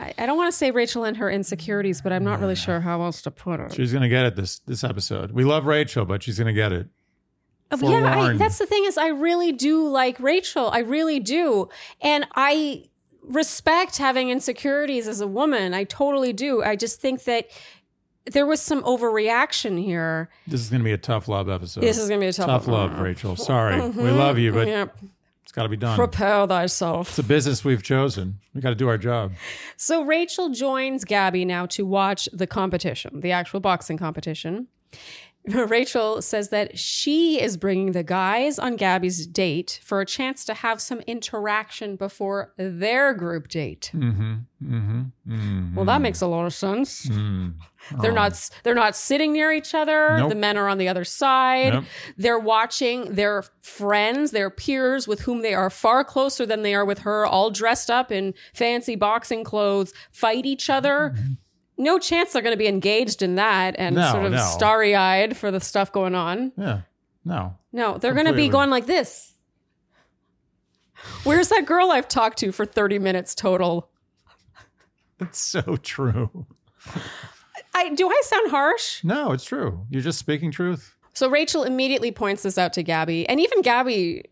Speaker 2: I, I don't want to say Rachel and her insecurities, but I'm not really sure how else to put it.
Speaker 1: She's gonna get it this this episode. We love Rachel, but she's gonna get it.
Speaker 2: Uh, yeah, I,
Speaker 1: Forewarned.
Speaker 2: that's the thing is I really do like Rachel. I really do. And I respect having insecurities as a woman. I totally do. I just think that there was some overreaction here.
Speaker 1: This is gonna be a tough love episode.
Speaker 2: This is going to be a tough,
Speaker 1: tough love,
Speaker 2: <laughs>
Speaker 1: Rachel. Sorry, we love you, but
Speaker 2: Yeah.
Speaker 1: it's got to be done.
Speaker 2: Prepare thyself.
Speaker 1: It's a business we've chosen. We got to do our job.
Speaker 2: So Rachel joins Gabby now to watch the competition, the actual boxing competition. <laughs> Rachel says that she is bringing the guys on Gabby's date for a chance to have some interaction before their group date.
Speaker 1: Mm-hmm. Mm-hmm. mm
Speaker 2: Well, that makes a lot of sense.
Speaker 1: Mm.
Speaker 2: They're not they're not sitting near each other.
Speaker 1: Nope.
Speaker 2: The men are on the other side.
Speaker 1: Nope.
Speaker 2: They're watching their friends, their peers with whom they are far closer than they are with her, all dressed up in fancy boxing clothes, fight each other. No chance they're going to be engaged in that and
Speaker 1: Mm-hmm. No,
Speaker 2: sort of
Speaker 1: no.
Speaker 2: starry-eyed for the stuff going on.
Speaker 1: Yeah. No.
Speaker 2: No, they're going to
Speaker 1: Completely.
Speaker 2: be going like this. Where's that girl I've talked to for 30 minutes total?
Speaker 1: It's so true.
Speaker 2: I do I sound harsh?
Speaker 1: No, it's true. You're just speaking truth.
Speaker 2: So Rachel immediately points this out to Gabby. And even Gabby,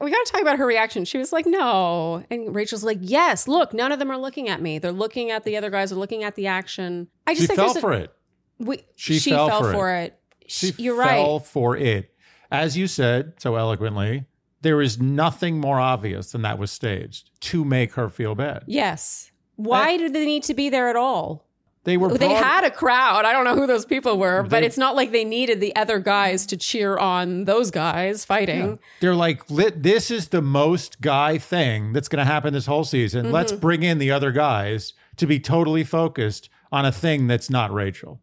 Speaker 2: we got to talk about her reaction. She was like, no. And Rachel's like, yes, look, none of them are looking at me. They're looking at the other guys, they're looking at the action. I just
Speaker 1: She
Speaker 2: think
Speaker 1: fell
Speaker 2: there's a-
Speaker 1: for it.
Speaker 2: We,
Speaker 1: She fell for it.
Speaker 2: it.
Speaker 1: She
Speaker 2: Sh- You're
Speaker 1: fell
Speaker 2: right.
Speaker 1: for it. As you said so eloquently, there is nothing more obvious than that was staged to make her feel bad.
Speaker 2: Yes. Why do they need to be there at all?
Speaker 1: They were
Speaker 2: They
Speaker 1: brought-
Speaker 2: had a crowd. I don't know who those people were, but
Speaker 1: They-
Speaker 2: it's not like they needed the other guys to cheer on those guys fighting.
Speaker 1: They're like, "Lit- this is the most guy thing that's going to happen this whole season.
Speaker 2: Mm-hmm.
Speaker 1: Let's bring in the other guys to be totally focused on a thing that's not Rachel.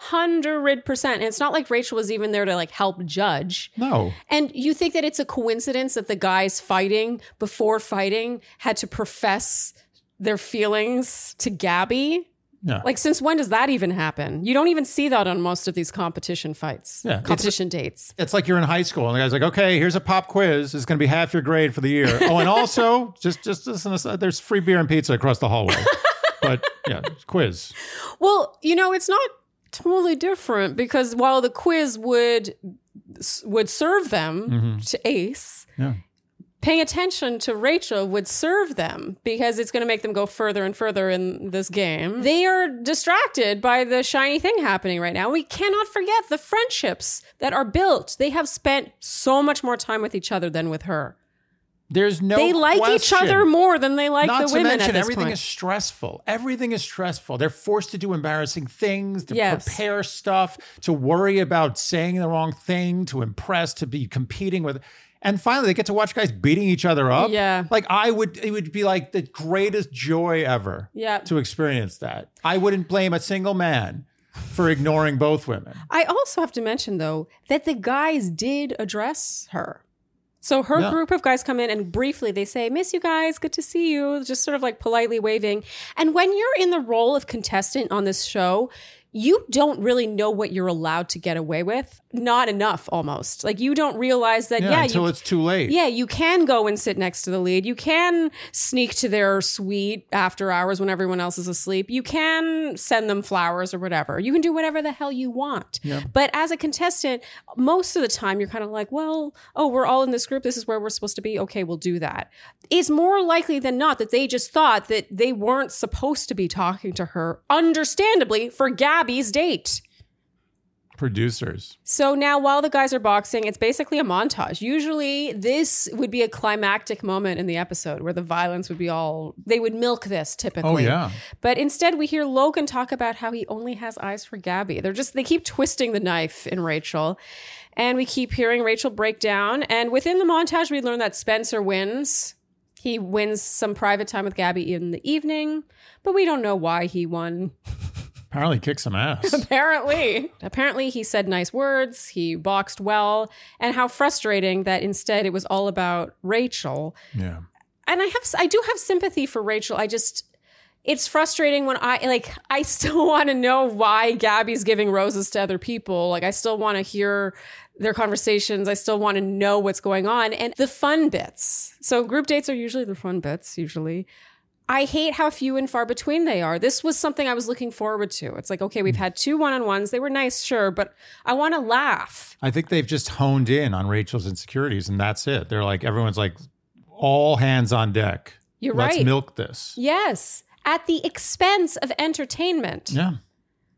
Speaker 2: 100%. And it's not like Rachel was even there to like help judge.
Speaker 1: No.
Speaker 2: And you think that it's a coincidence that the guys fighting before fighting had to profess their feelings to Gabby?
Speaker 1: No.
Speaker 2: Like, since when does that even happen? You don't even see that on most of these competition fights,
Speaker 1: Yeah, it's-
Speaker 2: competition dates.
Speaker 1: it's like you're in high school and the guy's like, okay, here's a pop quiz. It's going to be half your grade for the
Speaker 2: <laughs>
Speaker 1: year. Oh, and also, just just as an aside, there's free beer and pizza across the hallway. but yeah, quiz.
Speaker 2: Well, you know, it's not totally different because while the quiz would would serve them
Speaker 1: Mm-hmm.
Speaker 2: to ace,
Speaker 1: Yeah.
Speaker 2: paying attention to Rachel would serve them because it's going to make them go further and further in this game. They are distracted by the shiny thing happening right now. We cannot forget the friendships that are built. They have spent so much more time with each other than with her.
Speaker 1: There's no.
Speaker 2: they like
Speaker 1: question.
Speaker 2: each other more than they like
Speaker 1: Not
Speaker 2: the
Speaker 1: to
Speaker 2: women
Speaker 1: mention,
Speaker 2: at this
Speaker 1: everything
Speaker 2: point.
Speaker 1: is stressful. Everything is stressful. They're forced to do embarrassing things, to
Speaker 2: Yes.
Speaker 1: prepare stuff, to worry about saying the wrong thing, to impress, to be competing with. And finally, they get to watch guys beating each other up.
Speaker 2: Yeah.
Speaker 1: Like, I would, it would be like the greatest joy ever
Speaker 2: Yeah.
Speaker 1: to experience that. I wouldn't blame a single man for ignoring both women.
Speaker 2: I also have to mention though that the guys did address her. So her
Speaker 1: Yeah.
Speaker 2: group of guys come in and briefly they say, "Miss you guys, good to see you," just sort of like politely waving. And when you're in the role of contestant on this show, you don't really know what you're allowed to get away with. Not enough almost. Like you don't realize that
Speaker 1: Yeah.
Speaker 2: yeah,
Speaker 1: until
Speaker 2: you
Speaker 1: it's too late.
Speaker 2: yeah, you can go and sit next to the lead. You can sneak to their suite after hours when everyone else is asleep. You can send them flowers or whatever. You can do whatever the hell you want. But as a contestant, most of the time you're kind of like, well, oh, we're all in this group. This is where we're supposed to be. Okay, we'll do that. It's more likely than not that they just thought that they weren't supposed to be talking to her, understandably, for Gabby's date.
Speaker 1: Producers.
Speaker 2: So now, while the guys are boxing, it's basically a montage. Usually, this would be a climactic moment in the episode where the violence would be all, they would milk this typically.
Speaker 1: Oh, yeah.
Speaker 2: But instead, we hear Logan talk about how he only has eyes for Gabby. They're just, they keep twisting the knife in Rachel. And we keep hearing Rachel break down. And within the montage, we learn that Spencer wins. He wins some private time with Gabby in the evening, but we don't know why he won.
Speaker 1: Apparently kicked some
Speaker 2: <laughs>
Speaker 1: ass.
Speaker 2: Apparently. Apparently, he said nice words, he boxed well, and how frustrating that instead it was all about Rachel.
Speaker 1: yeah.
Speaker 2: And I have, I do have sympathy for Rachel. I just, it's frustrating when I, like, I still <laughs> want to know why Gabby's giving roses to other people. Like, I still want to hear their conversations. I still want to know what's going on and the fun bits. So, group dates are usually the fun bits, usually. I hate how few and far between they are. This was something I was looking forward to. It's like, okay, we've had two one on ones. They were nice, sure, but I want to laugh.
Speaker 1: I think they've just honed in on Rachel's insecurities, and that's it. They're like everyone's like all hands on deck.
Speaker 2: You're
Speaker 1: Let's
Speaker 2: right.
Speaker 1: milk this.
Speaker 2: yes, at the expense of entertainment.
Speaker 1: Yeah,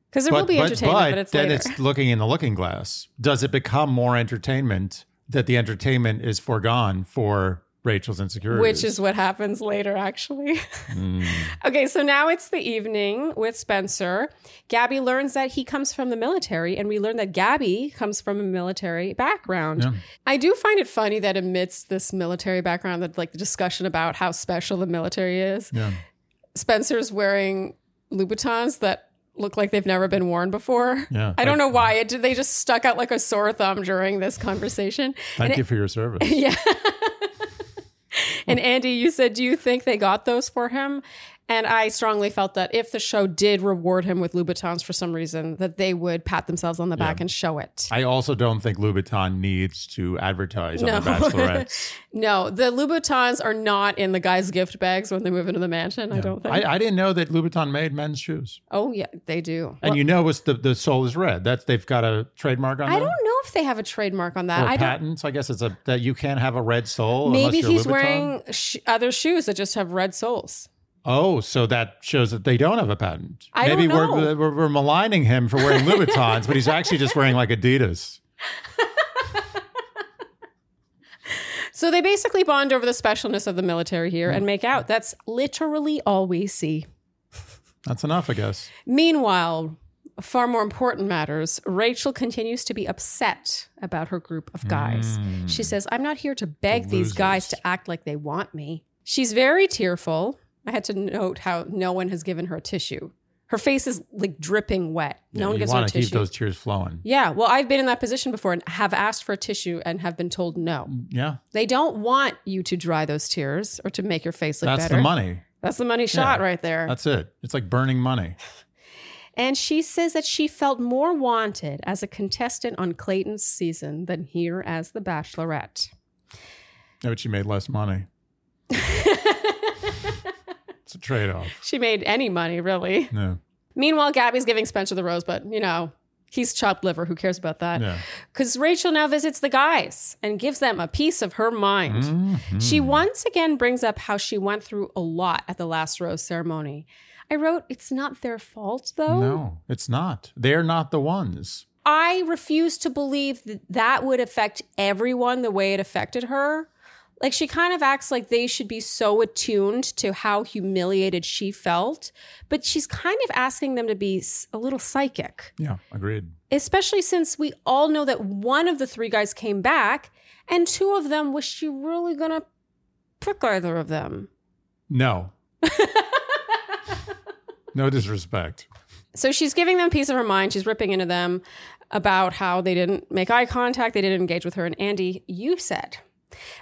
Speaker 2: Because there will be entertainment, but, it's
Speaker 1: then
Speaker 2: later.
Speaker 1: it's looking in the looking glass. Does it become more entertainment that the entertainment is foregone for Rachel's insecurities?
Speaker 2: which is what happens later, actually. <laughs>
Speaker 1: Mm.
Speaker 2: Okay, so now it's the evening with Spencer. Gabby learns that he comes from the military, and we learn that Gabby comes from a military background.
Speaker 1: Yeah.
Speaker 2: I do find it funny that amidst this military background, that like the discussion about how special the military is, <laughs>
Speaker 1: yeah.
Speaker 2: Spencer's wearing Louboutins that look like they've never been worn before.
Speaker 1: Yeah.
Speaker 2: I don't
Speaker 1: Like,
Speaker 2: know why it they just stuck out like a sore thumb during this conversation.
Speaker 1: Thank you for your service.
Speaker 2: Yeah. and Andy, you said, do you think they got those for him? And I strongly felt that if the show did reward him with Louboutins for some reason, that they would pat themselves on the back and show it.
Speaker 1: I also don't think Louboutin needs to advertise
Speaker 2: No.
Speaker 1: on the
Speaker 2: <laughs>
Speaker 1: Bachelorettes.
Speaker 2: No, the Louboutins are not in the guy's gift bags when they move into the mansion. I don't think.
Speaker 1: I, I didn't know that Louboutin made men's shoes.
Speaker 2: oh yeah, they do.
Speaker 1: And you know what's the, the sole is red. That's they've got a trademark on
Speaker 2: I
Speaker 1: them.
Speaker 2: don't know if they have a trademark on that.
Speaker 1: or
Speaker 2: I don't.
Speaker 1: patents. I guess it's a that you can't have a red sole.
Speaker 2: Maybe
Speaker 1: unless you're
Speaker 2: he's
Speaker 1: Louboutin.
Speaker 2: wearing sh- other shoes that just have red soles.
Speaker 1: Oh, so that shows that they don't have a patent.
Speaker 2: I
Speaker 1: Maybe
Speaker 2: don't know.
Speaker 1: We're, we're we're maligning him for wearing Louboutins, but he's actually just wearing like Adidas.
Speaker 2: So they basically bond over the specialness of the military here and make out. That's literally all we see.
Speaker 1: That's enough, I guess.
Speaker 2: Meanwhile, far more important matters, Rachel continues to be upset about her group of guys.
Speaker 1: Hmm.
Speaker 2: She says, I'm not here to beg
Speaker 1: The
Speaker 2: these guys
Speaker 1: losers.
Speaker 2: to act like they want me. She's very tearful. I had to note how no one has given her a tissue. Her face is like dripping wet.
Speaker 1: Yeah,
Speaker 2: no one
Speaker 1: you
Speaker 2: gives her a
Speaker 1: want to keep
Speaker 2: tissue.
Speaker 1: those tears flowing.
Speaker 2: yeah, well, I've been in that position before and have asked for a tissue and have been told no.
Speaker 1: Yeah,
Speaker 2: They don't want you to dry those tears or to make your face look
Speaker 1: that's
Speaker 2: better.
Speaker 1: the money.
Speaker 2: That's the money shot
Speaker 1: Yeah.
Speaker 2: right there.
Speaker 1: That's it. It's like burning money.
Speaker 2: And she says that she felt more wanted as a contestant on Clayton's season than here as the bachelorette.
Speaker 1: Yeah, but she made less
Speaker 2: <laughs>
Speaker 1: money. It's a trade off.
Speaker 2: she made any money, really.
Speaker 1: No.
Speaker 2: Meanwhile, Gabby's giving Spencer the rose, but you know, he's chopped liver. Who cares about that?
Speaker 1: Yeah.
Speaker 2: Because Rachel now visits the guys and gives them a piece of her mind.
Speaker 1: Mm-hmm.
Speaker 2: She once again brings up how she went through a lot at the last rose ceremony. I wrote, it's not their fault though.
Speaker 1: No, it's not. They're not the ones.
Speaker 2: I refuse to believe that that would affect everyone the way it affected her. Like she kind of acts like they should be so attuned to how humiliated she felt, but she's kind of asking them to be s- a little psychic,
Speaker 1: Yeah, agreed.
Speaker 2: especially since we all know that one of the three guys came back and two of them was she really gonna prick either of them? <laughs>
Speaker 1: No. no disrespect.
Speaker 2: So she's giving them a piece of her mind. She's ripping into them about how they didn't make eye contact, they didn't engage with her. And Andy, you said,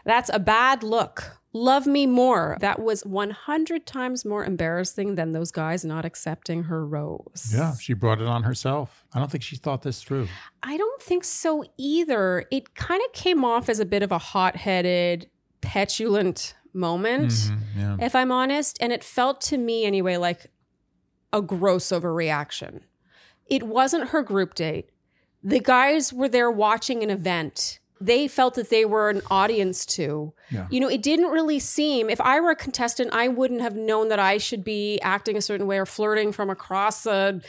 Speaker 2: that's a bad look. Love me more. That was 100 times more embarrassing than those guys not accepting her rose.
Speaker 1: Yeah, she brought it on herself. I don't think she thought this through.
Speaker 2: I don't think so either. It kind of came off as a bit of a hot headed, petulant moment.
Speaker 1: Mhm, Yeah.
Speaker 2: if I'm honest. And it felt to me, anyway, like a gross overreaction. It wasn't her group date. The guys were there watching an event. They felt that they were an audience to.
Speaker 1: Yeah.
Speaker 2: You know, it didn't really seem, if I were a contestant, I wouldn't have known that I should be acting a certain way or flirting from across a,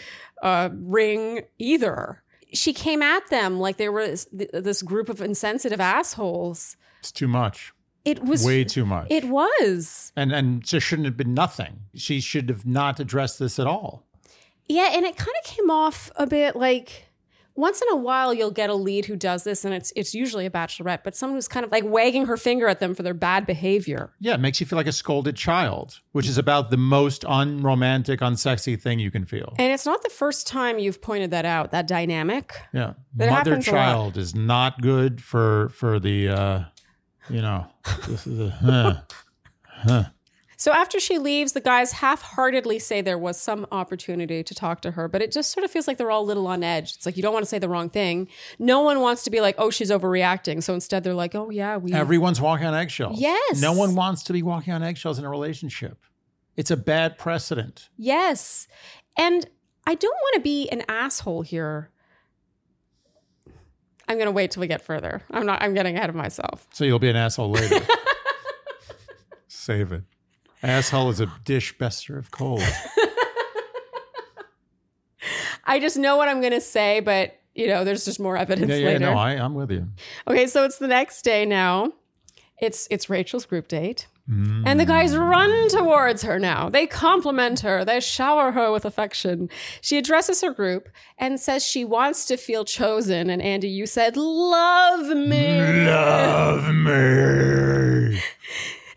Speaker 2: a ring either. She came at them like they were this, this group of insensitive assholes.
Speaker 1: It's too much.
Speaker 2: It was,
Speaker 1: Way too much.
Speaker 2: it was.
Speaker 1: and and there shouldn't have been nothing. She should have not addressed this at all.
Speaker 2: Yeah, and it kind of came off a bit like once in a while you'll get a lead who does this, and it's it's usually a bachelorette, but someone who's kind of like wagging her finger at them for their bad behavior.
Speaker 1: Yeah, it makes you feel like a scolded child, which is about the most unromantic, unsexy thing you can feel.
Speaker 2: And it's not the first time you've pointed that out, that dynamic.
Speaker 1: Yeah. Mother
Speaker 2: That happens a lot.
Speaker 1: child is not good for for the uh you know, this is a, huh.
Speaker 2: So after she leaves, the guys half-heartedly say there was some opportunity to talk to her, but it just sort of feels like they're all a little on edge. It's like you don't want to say the wrong thing. No one wants to be like, "Oh, she's overreacting." So instead, they're like, "Oh yeah, we
Speaker 1: Everyone's walking on eggshells.
Speaker 2: Yes.
Speaker 1: No one wants to be walking on eggshells in a relationship. It's a bad precedent.
Speaker 2: Yes. And I don't want to be an asshole here. I'm going to wait till we get further. I'm not I'm getting ahead of myself.
Speaker 1: So you'll be an asshole
Speaker 2: <laughs>
Speaker 1: later. Save it. Asshole is a dish bester of
Speaker 2: <laughs>
Speaker 1: cold.
Speaker 2: I just know what I'm going to say, but you know, there's just more evidence
Speaker 1: yeah, yeah,
Speaker 2: later.
Speaker 1: no, I, I'm with you.
Speaker 2: okay, so it's the next day now. It's it's Rachel's group date. And
Speaker 1: Mm.
Speaker 2: the guys run towards her now. They compliment her. They shower her with affection. She addresses her group and says she wants to feel chosen. And Andy, you said, Love me.
Speaker 1: Love
Speaker 2: <laughs>
Speaker 1: me.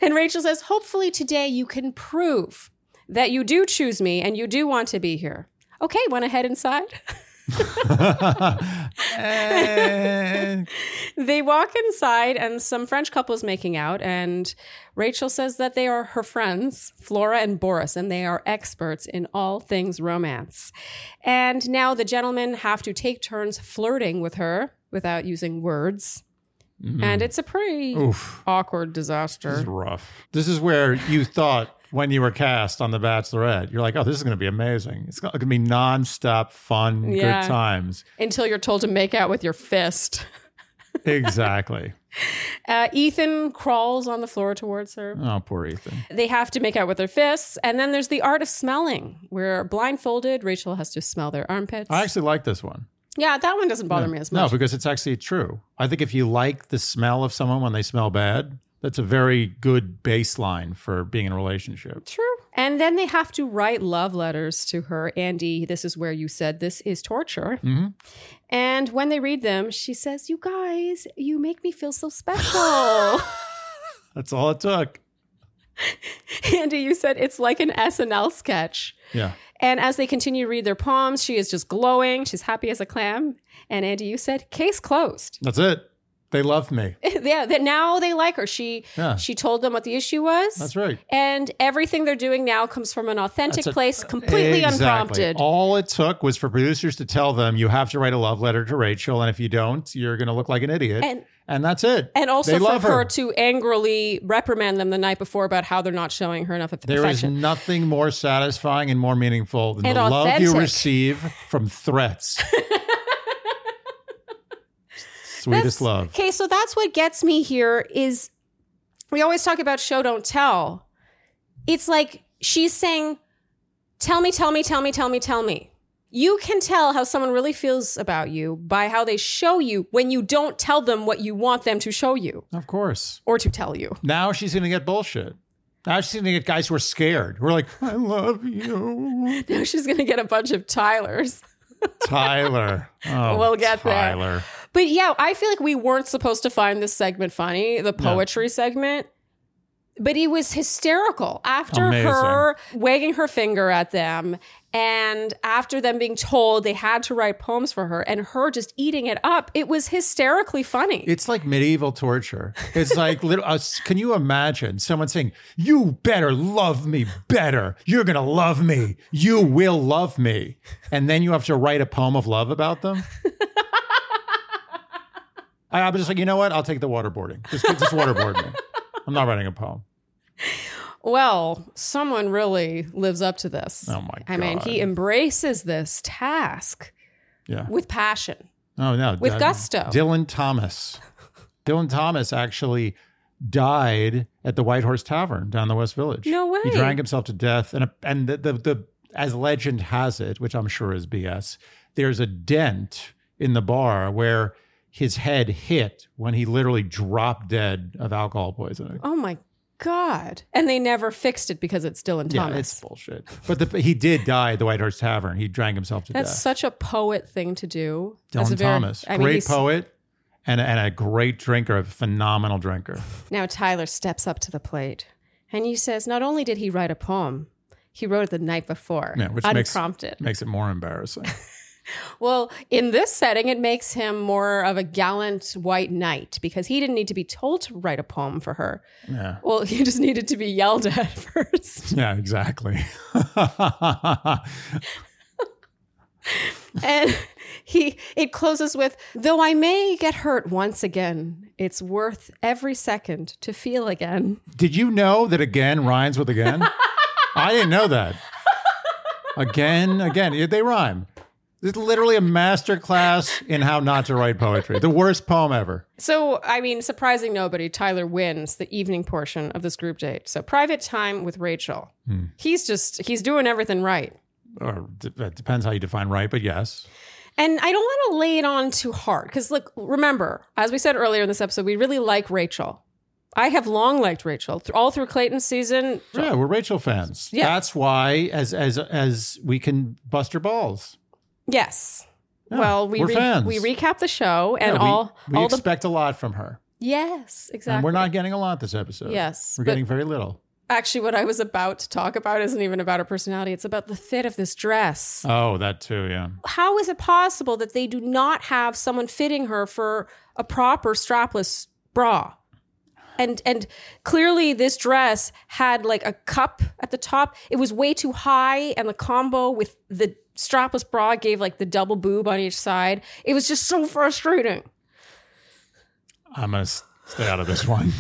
Speaker 2: And Rachel says, Hopefully today you can prove that you do choose me and you do want to be here. Okay, went ahead inside.
Speaker 1: <laughs>
Speaker 2: <laughs>
Speaker 1: Eh.
Speaker 2: they walk inside and some French couple's making out. And Rachel says that they are her friends, Flora and Boris, and they are experts in all things romance. And now the gentlemen have to take turns flirting with her without using words. And it's a pretty
Speaker 1: Oof.
Speaker 2: awkward
Speaker 1: Mm-hmm. This is
Speaker 2: disaster.
Speaker 1: rough. This is where you thought when you were cast on The Bachelorette, you're like, oh, this is going to be amazing. It's going to be nonstop fun,
Speaker 2: Yeah.
Speaker 1: good times.
Speaker 2: Until you're told to make out with your fist.
Speaker 1: Exactly. <laughs>
Speaker 2: Uh, Ethan crawls on the floor towards her.
Speaker 1: oh, poor Ethan.
Speaker 2: They have to make out with their fists. And then there's the art of smelling, where blindfolded, Rachel has to smell their armpits.
Speaker 1: I actually like this one.
Speaker 2: yeah, that one doesn't bother me as
Speaker 1: No,
Speaker 2: much.
Speaker 1: because it's actually true. I think if you like the smell of someone when they smell bad, that's a very good baseline for being in a relationship.
Speaker 2: True. And then they have to write love letters to her. Andy, this is where you said this is torture.
Speaker 1: Mhm.
Speaker 2: And when they read them, she says, You guys, you make me feel
Speaker 1: <laughs>
Speaker 2: so special.
Speaker 1: That's all it took.
Speaker 2: Andy, you said it's like an SNL sketch.
Speaker 1: Yeah.
Speaker 2: And as they continue to read their palms, she is just glowing. She's happy as a clam. And Andy, you said, case closed.
Speaker 1: That's it. They love me.
Speaker 2: <laughs> yeah, that now they like her. She
Speaker 1: Yeah.
Speaker 2: she told them what the issue was.
Speaker 1: That's right.
Speaker 2: And everything they're doing now comes from an authentic
Speaker 1: That's a-
Speaker 2: place, completely
Speaker 1: Exactly.
Speaker 2: unprompted.
Speaker 1: All it took was for producers to tell them you have to write a love letter to Rachel, and if you don't, you're going to look like an idiot.
Speaker 2: And-
Speaker 1: And, that's it.
Speaker 2: and also
Speaker 1: they
Speaker 2: for
Speaker 1: love
Speaker 2: her. to angrily reprimand them the night before about how they're not showing her enough
Speaker 1: There is
Speaker 2: affection.
Speaker 1: nothing more satisfying and more meaningful than
Speaker 2: And
Speaker 1: the love you
Speaker 2: authentic.
Speaker 1: receive from
Speaker 2: <laughs>
Speaker 1: threats. Sweetest love.
Speaker 2: Okay, so that's what gets me here is we always talk about show don't tell. It's like she's saying, Tell me, tell me, tell me, tell me, tell me. You can tell how someone really feels about you by how they show you when you don't tell them what you want them to show you
Speaker 1: Of course.
Speaker 2: or to tell you. <laughs>
Speaker 1: Now she's going to get bullshit. Now she's going to get guys who are scared. We're like, I love
Speaker 2: <laughs>
Speaker 1: you,
Speaker 2: Now she's going to get a bunch of Tylers.
Speaker 1: Tyler. Oh,
Speaker 2: We'll get there.
Speaker 1: Tyler.
Speaker 2: But yeah, I feel like we weren't supposed to find this segment funny,
Speaker 1: No.
Speaker 2: the poetry segment. But it was hysterical after
Speaker 1: Amazing.
Speaker 2: her wagging her finger at them and after them being told they had to write poems for her and her just eating it up. It was hysterically funny.
Speaker 1: It's like medieval torture. It's like, little, uh, can you imagine someone saying, You better love me better. You're going to love me. You will love me. And then you have to write a poem of love about them? I, I'm just like, You know what? I'll take the waterboarding. Just, just waterboard me. I'm not writing a poem.
Speaker 2: well, someone really lives up to this.
Speaker 1: Oh my
Speaker 2: I mean,
Speaker 1: God.
Speaker 2: he embraces this task
Speaker 1: Yeah.
Speaker 2: with passion.
Speaker 1: Oh, no.
Speaker 2: With
Speaker 1: Uh,
Speaker 2: gusto.
Speaker 1: Dylan Thomas. Dylan Thomas actually died at the White Horse Tavern down the West Village.
Speaker 2: No way.
Speaker 1: He drank himself to death, and and the the, the as legend has it, which I'm sure is BS. There's a dent in the bar where his head hit when he literally dropped dead of alcohol poisoning.
Speaker 2: Oh my God. And they never fixed it because it's Dylan
Speaker 1: yeah,
Speaker 2: Thomas.
Speaker 1: it's bullshit. But the, he did die at the White Horse Tavern. He drank himself to
Speaker 2: That's
Speaker 1: death.
Speaker 2: such a poet thing to do. That's a
Speaker 1: Dylan
Speaker 2: very-
Speaker 1: Thomas,
Speaker 2: I mean,
Speaker 1: great
Speaker 2: he's-
Speaker 1: poet and and a great drinker, a phenomenal drinker.
Speaker 2: Now Tyler steps up to the plate and he says, not only did he write a poem, he wrote it the night before,
Speaker 1: Yeah, which makes-
Speaker 2: unprompted.
Speaker 1: Makes it more embarrassing.
Speaker 2: well, in this setting, it makes him more of a gallant white knight because he didn't need to be told to write a poem for her.
Speaker 1: Yeah.
Speaker 2: Well, he just needed to be yelled <laughs> at first.
Speaker 1: <laughs> Yeah, exactly. <laughs>
Speaker 2: and he it closes with, though I may get hurt once again, it's worth every second to feel again. <laughs>
Speaker 1: Did you know that again rhymes with again? I didn't know that. Again, again, it- they rhyme. It's literally a master class in how not to write poetry. The worst poem ever.
Speaker 2: So, I mean, surprising nobody, Tyler wins the evening portion of this group date. So, private time with Rachel.
Speaker 1: Hmm.
Speaker 2: He's just, he's doing everything right.
Speaker 1: Or d- that depends how you define right, but yes.
Speaker 2: And I don't want to lay it on too hard because, look, remember, as we said earlier in this episode, we really like Rachel. I have long liked Rachel th- all through Clayton's season.
Speaker 1: Yeah, we're Rachel fans.
Speaker 2: Yeah.
Speaker 1: That's why as as as we can bust her balls.
Speaker 2: Yes.
Speaker 1: Yeah,
Speaker 2: well, we
Speaker 1: we're fans.
Speaker 2: we recap the show and
Speaker 1: Yeah, we-
Speaker 2: all
Speaker 1: we,
Speaker 2: all the
Speaker 1: expect a lot from her.
Speaker 2: yes exactly.
Speaker 1: And we're not getting a lot this episode.
Speaker 2: Yes,
Speaker 1: We're
Speaker 2: but-
Speaker 1: getting very little.
Speaker 2: actually what I was about to talk about isn't even about her personality. It's about the fit of this dress.
Speaker 1: Oh, that too, yeah.
Speaker 2: How is it possible that they do not have someone fitting her for a proper strapless bra? And and clearly this dress had like a cup at the top. It was way too high and the combo with the strapless bra gave like the double boob on each side. It was just so frustrating.
Speaker 1: I'm gonna s- stay out of this one.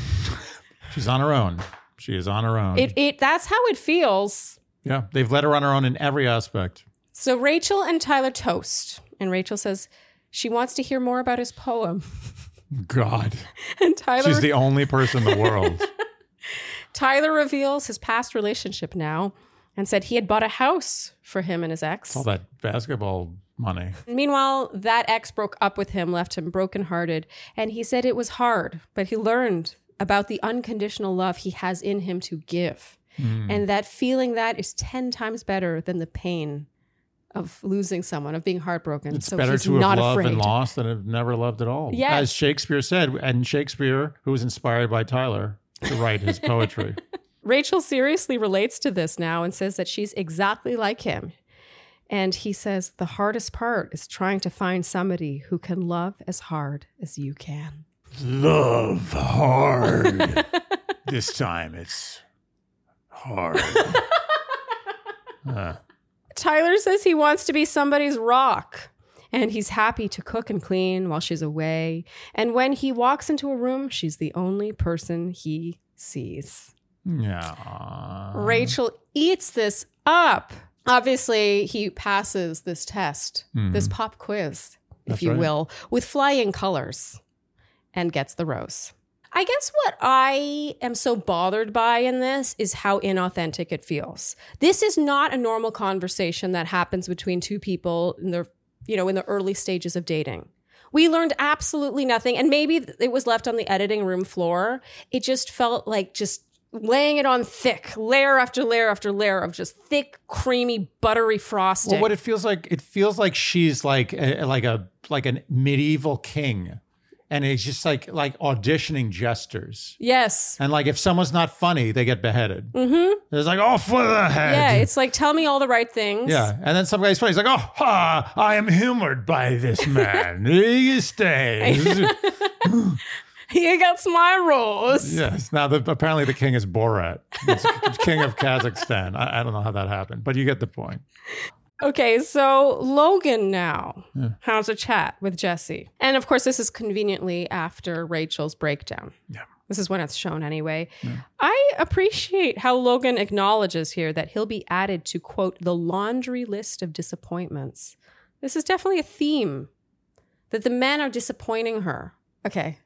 Speaker 1: <laughs> She's on her own. She is on her own.
Speaker 2: It it that's how it feels
Speaker 1: yeah, they've let her on her own in every aspect.
Speaker 2: So Rachel and Tyler toast, and Rachel says she wants to hear more about his poem. <laughs>
Speaker 1: God,
Speaker 2: And Tyler
Speaker 1: she's the only person in the
Speaker 2: <laughs>
Speaker 1: world.
Speaker 2: Tyler reveals his past relationship now and said he had bought a house for him and his ex.
Speaker 1: All that basketball money.
Speaker 2: Meanwhile, that ex broke up with him, left him brokenhearted, and he said it was hard, but he learned about the unconditional love he has in him to give.
Speaker 1: Hmm.
Speaker 2: And that feeling that is 10 times better than the pain of losing someone, of being heartbroken.
Speaker 1: It's
Speaker 2: so
Speaker 1: better
Speaker 2: he's
Speaker 1: to have
Speaker 2: not
Speaker 1: loved
Speaker 2: afraid.
Speaker 1: and lost than have never loved at all.
Speaker 2: Yes.
Speaker 1: As Shakespeare said, and Shakespeare, who was inspired by Tyler to write his poetry.
Speaker 2: Rachel seriously relates to this now and says that she's exactly like him. And he says the hardest part is trying to find somebody who can love as hard as you can.
Speaker 1: <laughs> Love hard. <laughs> this time it's
Speaker 2: <laughs>
Speaker 1: hard. Uh,
Speaker 2: Tyler says he wants to be somebody's rock and he's happy to cook and clean while she's away. And when he walks into a room, she's the only person he sees.
Speaker 1: yeah.
Speaker 2: Rachel eats this up. Obviously, he passes this test, this pop quiz, if
Speaker 1: Mm-hmm. That's
Speaker 2: you
Speaker 1: right.
Speaker 2: will, with flying colors and gets the rose. I guess what I am so bothered by in this is how inauthentic it feels. This is not a normal conversation that happens between two people in their, you know, in the early stages of dating. We learned absolutely nothing and maybe it was left on the editing room floor. It just felt like just laying it on thick, layer after layer after layer of just thick, creamy, buttery frosting.
Speaker 1: Well, what it feels like it feels like she's like a, like a like a medieval king, and it's just like like auditioning jesters.
Speaker 2: yes.
Speaker 1: And like if someone's not funny, they get beheaded. Mm-hmm. It's like oh for the head.
Speaker 2: Yeah, it's like tell me all the right things.
Speaker 1: Yeah, and then some guy's funny. He's like, "Oh, ha, I am humored by this
Speaker 2: <laughs>
Speaker 1: man. he stays."
Speaker 2: <laughs> He gets my rose.
Speaker 1: yes. Now, the, apparently, the king is Borat, It's <laughs> king of Kazakhstan. I, I don't know how that happened, but you get the point.
Speaker 2: Okay, so Logan now has a chat with Jesse. And of course, this is conveniently after Rachel's breakdown.
Speaker 1: Yeah.
Speaker 2: This is when it's shown anyway. I appreciate how Logan acknowledges here that he'll be added to, quote, the laundry list of disappointments. This is definitely a theme that the men are disappointing her. Okay.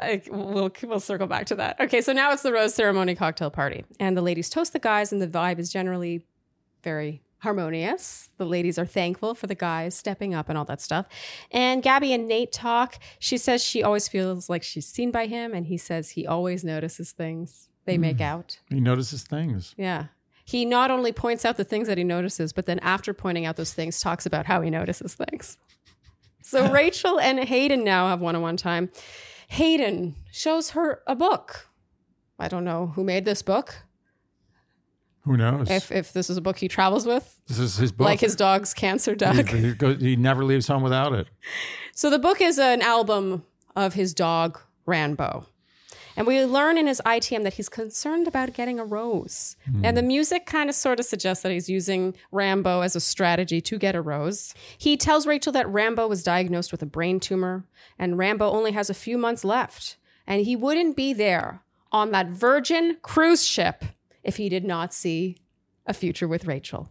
Speaker 2: I- we'll, we'll circle back to that. Okay, so now it's the rose ceremony cocktail party, and the ladies toast the guys, and the vibe is generally very harmonious. The ladies are thankful for the guys stepping up and all that stuff. And Gabby and Nate talk. She says she always feels like she's seen by him, and he says he always notices things. They make out.
Speaker 1: He notices things.
Speaker 2: Yeah. He not only points out the things that he notices, but then after pointing out those things, talks about how he notices things. So Rachel and Hayden now have one on one time. Hayden shows her a book. I don't know who made this book.
Speaker 1: Who knows?
Speaker 2: If, if this is a book he travels with,
Speaker 1: this is his book.
Speaker 2: like his dog's cancer
Speaker 1: he, <laughs>
Speaker 2: dog.
Speaker 1: he goes, he never leaves home without it.
Speaker 2: So the book is an album of his dog, Rambo. And we learn in his ITM that he's concerned about getting a rose. And the music kind of sort of suggests that he's using Rambo as a strategy to get a rose. He tells Rachel that Rambo was diagnosed with a brain tumor and Rambo only has a few months left. And he wouldn't be there on that Virgin cruise ship if he did not see a future with Rachel.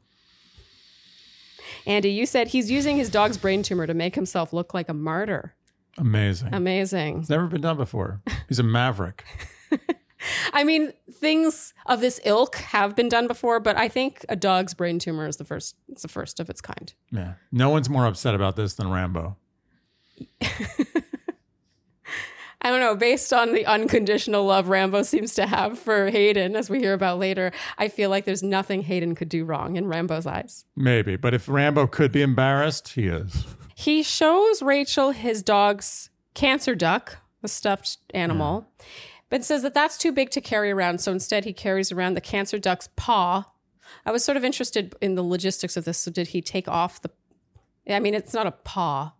Speaker 2: Andy, you said he's using his dog's brain tumor to make himself look like a martyr.
Speaker 1: Amazing.
Speaker 2: Amazing.
Speaker 1: it's never been done before. He's a maverick.
Speaker 2: I mean, things of this ilk have been done before, but I think a dog's brain tumor is the first it's the first of its kind.
Speaker 1: Yeah. No one's more upset about this than Rambo.
Speaker 2: I don't know, based on the unconditional love Rambo seems to have for Hayden, as we hear about later, I feel like there's nothing Hayden could do wrong in Rambo's eyes.
Speaker 1: Maybe. But if Rambo could be embarrassed, he is.
Speaker 2: He shows Rachel his dog's cancer duck, a stuffed animal,
Speaker 1: Hmm.
Speaker 2: but says that that's too big to carry around. So instead, he carries around the cancer duck's paw. I was sort of interested in the logistics of this. So, did he take off the? I mean, it's not a paw;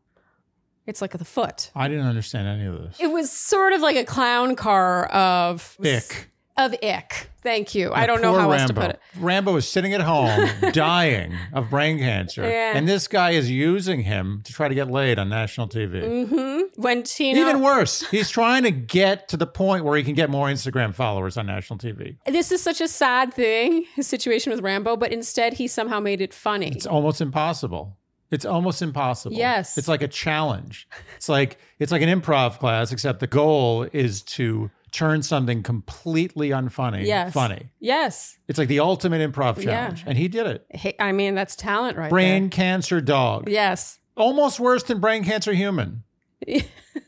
Speaker 2: it's like the foot.
Speaker 1: I didn't understand any of this.
Speaker 2: It was sort of like a clown car of
Speaker 1: Ick.
Speaker 2: Of ick. Thank you. I
Speaker 1: The
Speaker 2: don't know
Speaker 1: poor
Speaker 2: how else to
Speaker 1: Rambo.
Speaker 2: put it.
Speaker 1: Rambo is sitting at
Speaker 2: <laughs>
Speaker 1: home dying of brain cancer.
Speaker 2: Yeah.
Speaker 1: And this guy is using him to try to get laid on national TV.
Speaker 2: Mm-hmm. When Tina,
Speaker 1: Even worse, he's trying to get to the point where he can get more Instagram followers on national TV.
Speaker 2: this is such a sad thing, his situation with Rambo, but instead he somehow made it funny.
Speaker 1: It's almost impossible. It's almost impossible.
Speaker 2: Yes.
Speaker 1: It's like a challenge. It's like it's like an improv class, except the goal is to turn something completely unfunny
Speaker 2: Yes.
Speaker 1: funny.
Speaker 2: Yes.
Speaker 1: It's like the ultimate improv
Speaker 2: Yeah.
Speaker 1: challenge. And he did it.
Speaker 2: Hey, I mean, that's talent right
Speaker 1: Brain cancer dog.
Speaker 2: there. Yes.
Speaker 1: Almost worse than brain cancer
Speaker 2: <laughs>
Speaker 1: human.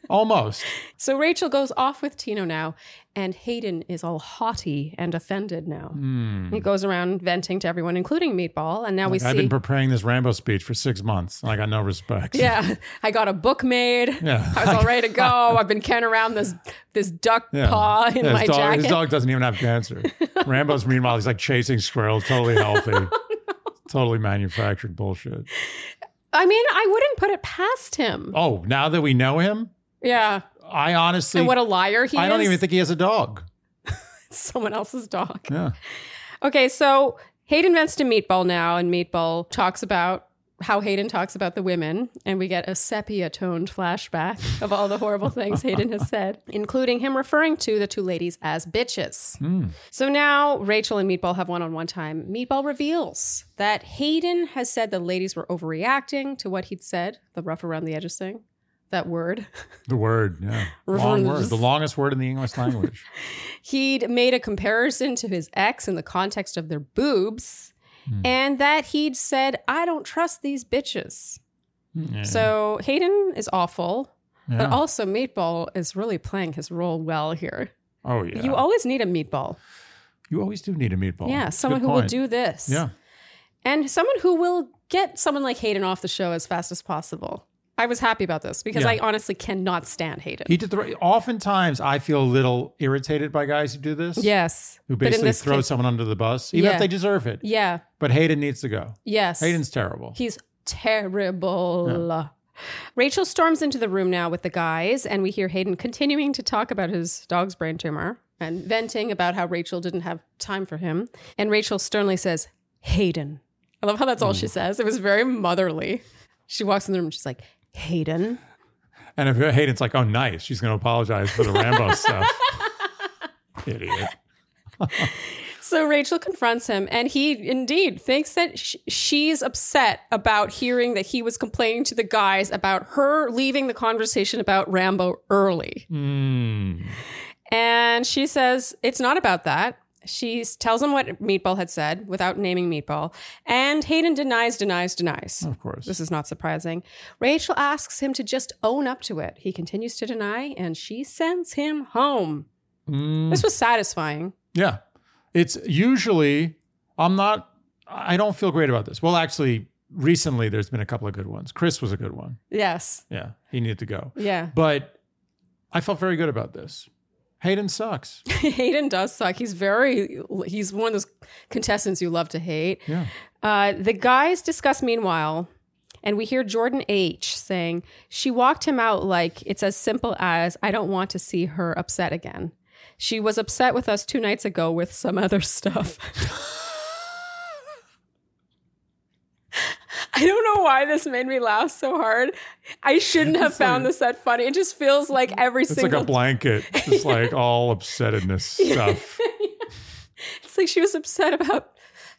Speaker 1: Almost.
Speaker 2: So Rachel goes off with Tino now, and Hayden is all haughty and offended now.
Speaker 1: Hmm.
Speaker 2: He goes around venting to everyone, including Meatball. And now we
Speaker 1: Like,
Speaker 2: see.
Speaker 1: I've been preparing this Rambo speech for six months and I got no respect.
Speaker 2: <laughs> yeah, I got a book made.
Speaker 1: Yeah.
Speaker 2: I was
Speaker 1: <laughs>
Speaker 2: all ready to go. I've been carrying around this this duck
Speaker 1: Yeah.
Speaker 2: paw in
Speaker 1: Yeah,
Speaker 2: my
Speaker 1: his dog,
Speaker 2: jacket.
Speaker 1: His dog doesn't even have cancer. Rambo's meanwhile, he's like chasing squirrels, totally
Speaker 2: <laughs>
Speaker 1: healthy,
Speaker 2: Oh,
Speaker 1: totally manufactured bullshit.
Speaker 2: I mean, I wouldn't put it past him.
Speaker 1: Oh, now that we know him,
Speaker 2: Yeah,
Speaker 1: I honestly,
Speaker 2: and what a liar he
Speaker 1: I
Speaker 2: is.
Speaker 1: don't even think he has a dog.
Speaker 2: <laughs> someone else's dog.
Speaker 1: Yeah,
Speaker 2: Okay, so Hayden vents to Meatball now, and Meatball talks about how Hayden talks about the women, and we get a sepia toned flashback of all the horrible things Hayden has said, including him referring to the two ladies as bitches.
Speaker 1: Hmm.
Speaker 2: So now Rachel and Meatball have one on one time. Meatball reveals that Hayden has said the ladies were overreacting to what he'd said, the rough around the edges thing, that word.
Speaker 1: the word, yeah, long word,
Speaker 2: Reverse.
Speaker 1: the longest word in the English
Speaker 2: <laughs>
Speaker 1: language.
Speaker 2: he'd made a comparison to his ex in the context of their boobs
Speaker 1: Hmm.
Speaker 2: and that he'd said i don't trust these bitches
Speaker 1: Yeah.
Speaker 2: so hayden is awful but
Speaker 1: Yeah.
Speaker 2: also meatball is really playing his role well here
Speaker 1: oh yeah,
Speaker 2: you
Speaker 1: you,
Speaker 2: always need a meatball
Speaker 1: always do need a meatball.
Speaker 2: yeah
Speaker 1: Good
Speaker 2: someone who will
Speaker 1: point.
Speaker 2: do this
Speaker 1: Yeah,
Speaker 2: and someone who will get someone like hayden off the show as fast as possible i was happy about this because
Speaker 1: Yeah.
Speaker 2: i honestly cannot stand hayden
Speaker 1: he did the. Right. Oftentimes, I feel a little irritated by guys who do this.
Speaker 2: yes
Speaker 1: who
Speaker 2: But in
Speaker 1: basically
Speaker 2: this
Speaker 1: throw
Speaker 2: case-
Speaker 1: someone under the bus, even
Speaker 2: Yeah.
Speaker 1: if they deserve it.
Speaker 2: yeah
Speaker 1: But Hayden needs to go.
Speaker 2: yes
Speaker 1: Hayden's terrible.
Speaker 2: He's terrible. Rachel storms into the room now with the guys, and we hear Hayden continuing to talk about his dog's brain tumor and venting about how Rachel didn't have time for him. And Rachel sternly says, Hayden. I love how that's all she says. It was very motherly. She walks in the room and she's like, Hayden.
Speaker 1: And if Hayden's like, oh, nice, she's going to apologize for the
Speaker 2: <laughs>
Speaker 1: Rambo stuff. Idiot.
Speaker 2: So Rachel confronts him, and he indeed thinks that sh- she's upset about hearing that he was complaining to the guys about her leaving the conversation about Rambo early.
Speaker 1: Mm.
Speaker 2: And she says, it's not about that. She s- tells him what Meatball had said without naming Meatball. And Hayden denies, denies, denies.
Speaker 1: Of course.
Speaker 2: This is not surprising. Rachel asks him to just own up to it. He continues to deny, and she sends him home.
Speaker 1: Mm.
Speaker 2: This was satisfying.
Speaker 1: Yeah. It's usually, I'm not, I don't feel great about this. Well, actually, recently there's been a couple of good ones. Chris was a good one.
Speaker 2: Yes.
Speaker 1: Yeah. He needed to go.
Speaker 2: Yeah. <laughs>
Speaker 1: But I felt very good about this. Hayden sucks.
Speaker 2: Hayden does suck. He's very, he's one of those contestants you love to hate.
Speaker 1: Yeah.
Speaker 2: Uh, the guys discuss meanwhile, and we hear Jordan H saying, She walked him out like it's as simple as I don't want to see her upset again. She was upset with us two nights ago with some other stuff. <laughs> I don't know why this made me laugh so hard. I shouldn't have found this that funny. It just feels like every
Speaker 1: It's
Speaker 2: single
Speaker 1: like a blanket, just
Speaker 2: <laughs>
Speaker 1: like all upsettedness stuff.
Speaker 2: It's like she was upset about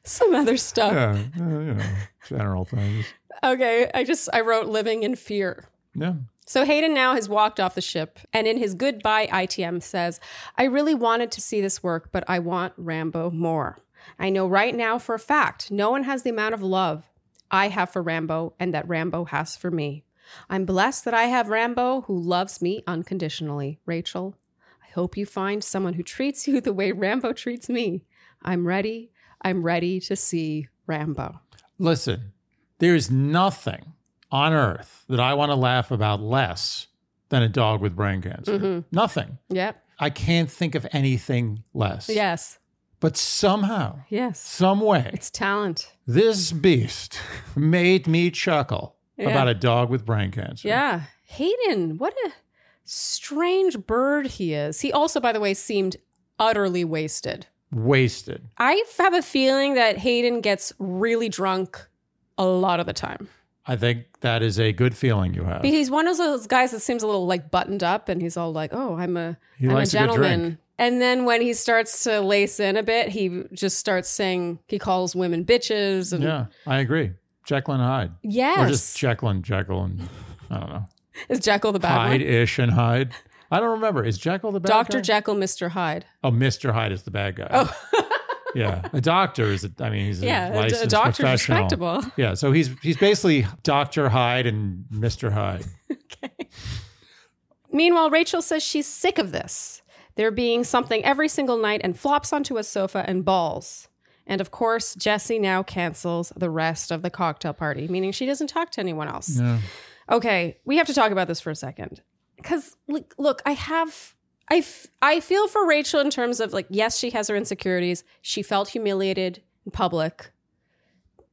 Speaker 2: some other stuff.
Speaker 1: Yeah, uh, you know, general things.
Speaker 2: Okay, I just I wrote living in fear.
Speaker 1: Yeah.
Speaker 2: So Hayden now has walked off the ship and in his goodbye ITM says, "I really wanted to see this work, but I want Rambo more. I know right now for a fact no one has the amount of love I have for Rambo and that Rambo has for me. I'm blessed that I have Rambo who loves me unconditionally. Rachel, I hope you find someone who treats you the way Rambo treats me. I'm ready. I'm ready to see Rambo."
Speaker 1: Listen, there is nothing on earth that I want to laugh about less than a dog with brain cancer.
Speaker 2: Mm-hmm.
Speaker 1: Nothing.
Speaker 2: Yep.
Speaker 1: I can't think of anything less.
Speaker 2: Yes.
Speaker 1: But somehow,
Speaker 2: Yes.
Speaker 1: some way,
Speaker 2: It's talent.
Speaker 1: this beast <laughs> made me chuckle
Speaker 2: Yeah.
Speaker 1: about a dog with brain cancer.
Speaker 2: Yeah. Hayden, what a strange bird he is. He also, by the way, seemed utterly wasted.
Speaker 1: Wasted.
Speaker 2: I have a feeling that Hayden gets really drunk a lot of the time.
Speaker 1: I think that is a good feeling you have.
Speaker 2: But He's one of those guys that seems a little like buttoned up and he's all like, oh, I'm a,
Speaker 1: He
Speaker 2: am a
Speaker 1: likes a good drink.
Speaker 2: gentleman. and then when he starts to lace in a bit, he just starts saying he calls women bitches. And
Speaker 1: yeah, I agree. Jekyll and Hyde.
Speaker 2: Yes.
Speaker 1: Or just Jekyll and Jekyll and I don't know.
Speaker 2: Is Jekyll the bad
Speaker 1: Hyde
Speaker 2: one?
Speaker 1: ish and Hyde. I don't remember. Is Jekyll the bad guy?
Speaker 2: Dr. Jekyll, Mr. Hyde.
Speaker 1: Oh, Mr. Hyde is the bad guy. Oh. <laughs> yeah. A doctor is, a, I mean, he's a
Speaker 2: Yeah, a d- a
Speaker 1: licensed
Speaker 2: doctor's
Speaker 1: professional.
Speaker 2: respectable.
Speaker 1: Yeah. So he's he's basically Dr. Hyde and Mr.
Speaker 2: <laughs>
Speaker 1: Hyde.
Speaker 2: Meanwhile, Rachel says she's sick of this. There being something every single night and flops onto a sofa and balls. And of course, Jesse now cancels the rest of the cocktail party, meaning she doesn't talk to anyone else.
Speaker 1: Yeah.
Speaker 2: Okay, we have to talk about this for a second. Cuz look, look, I have I, f- I feel for Rachel in terms of like yes, she has her insecurities. She felt humiliated in public.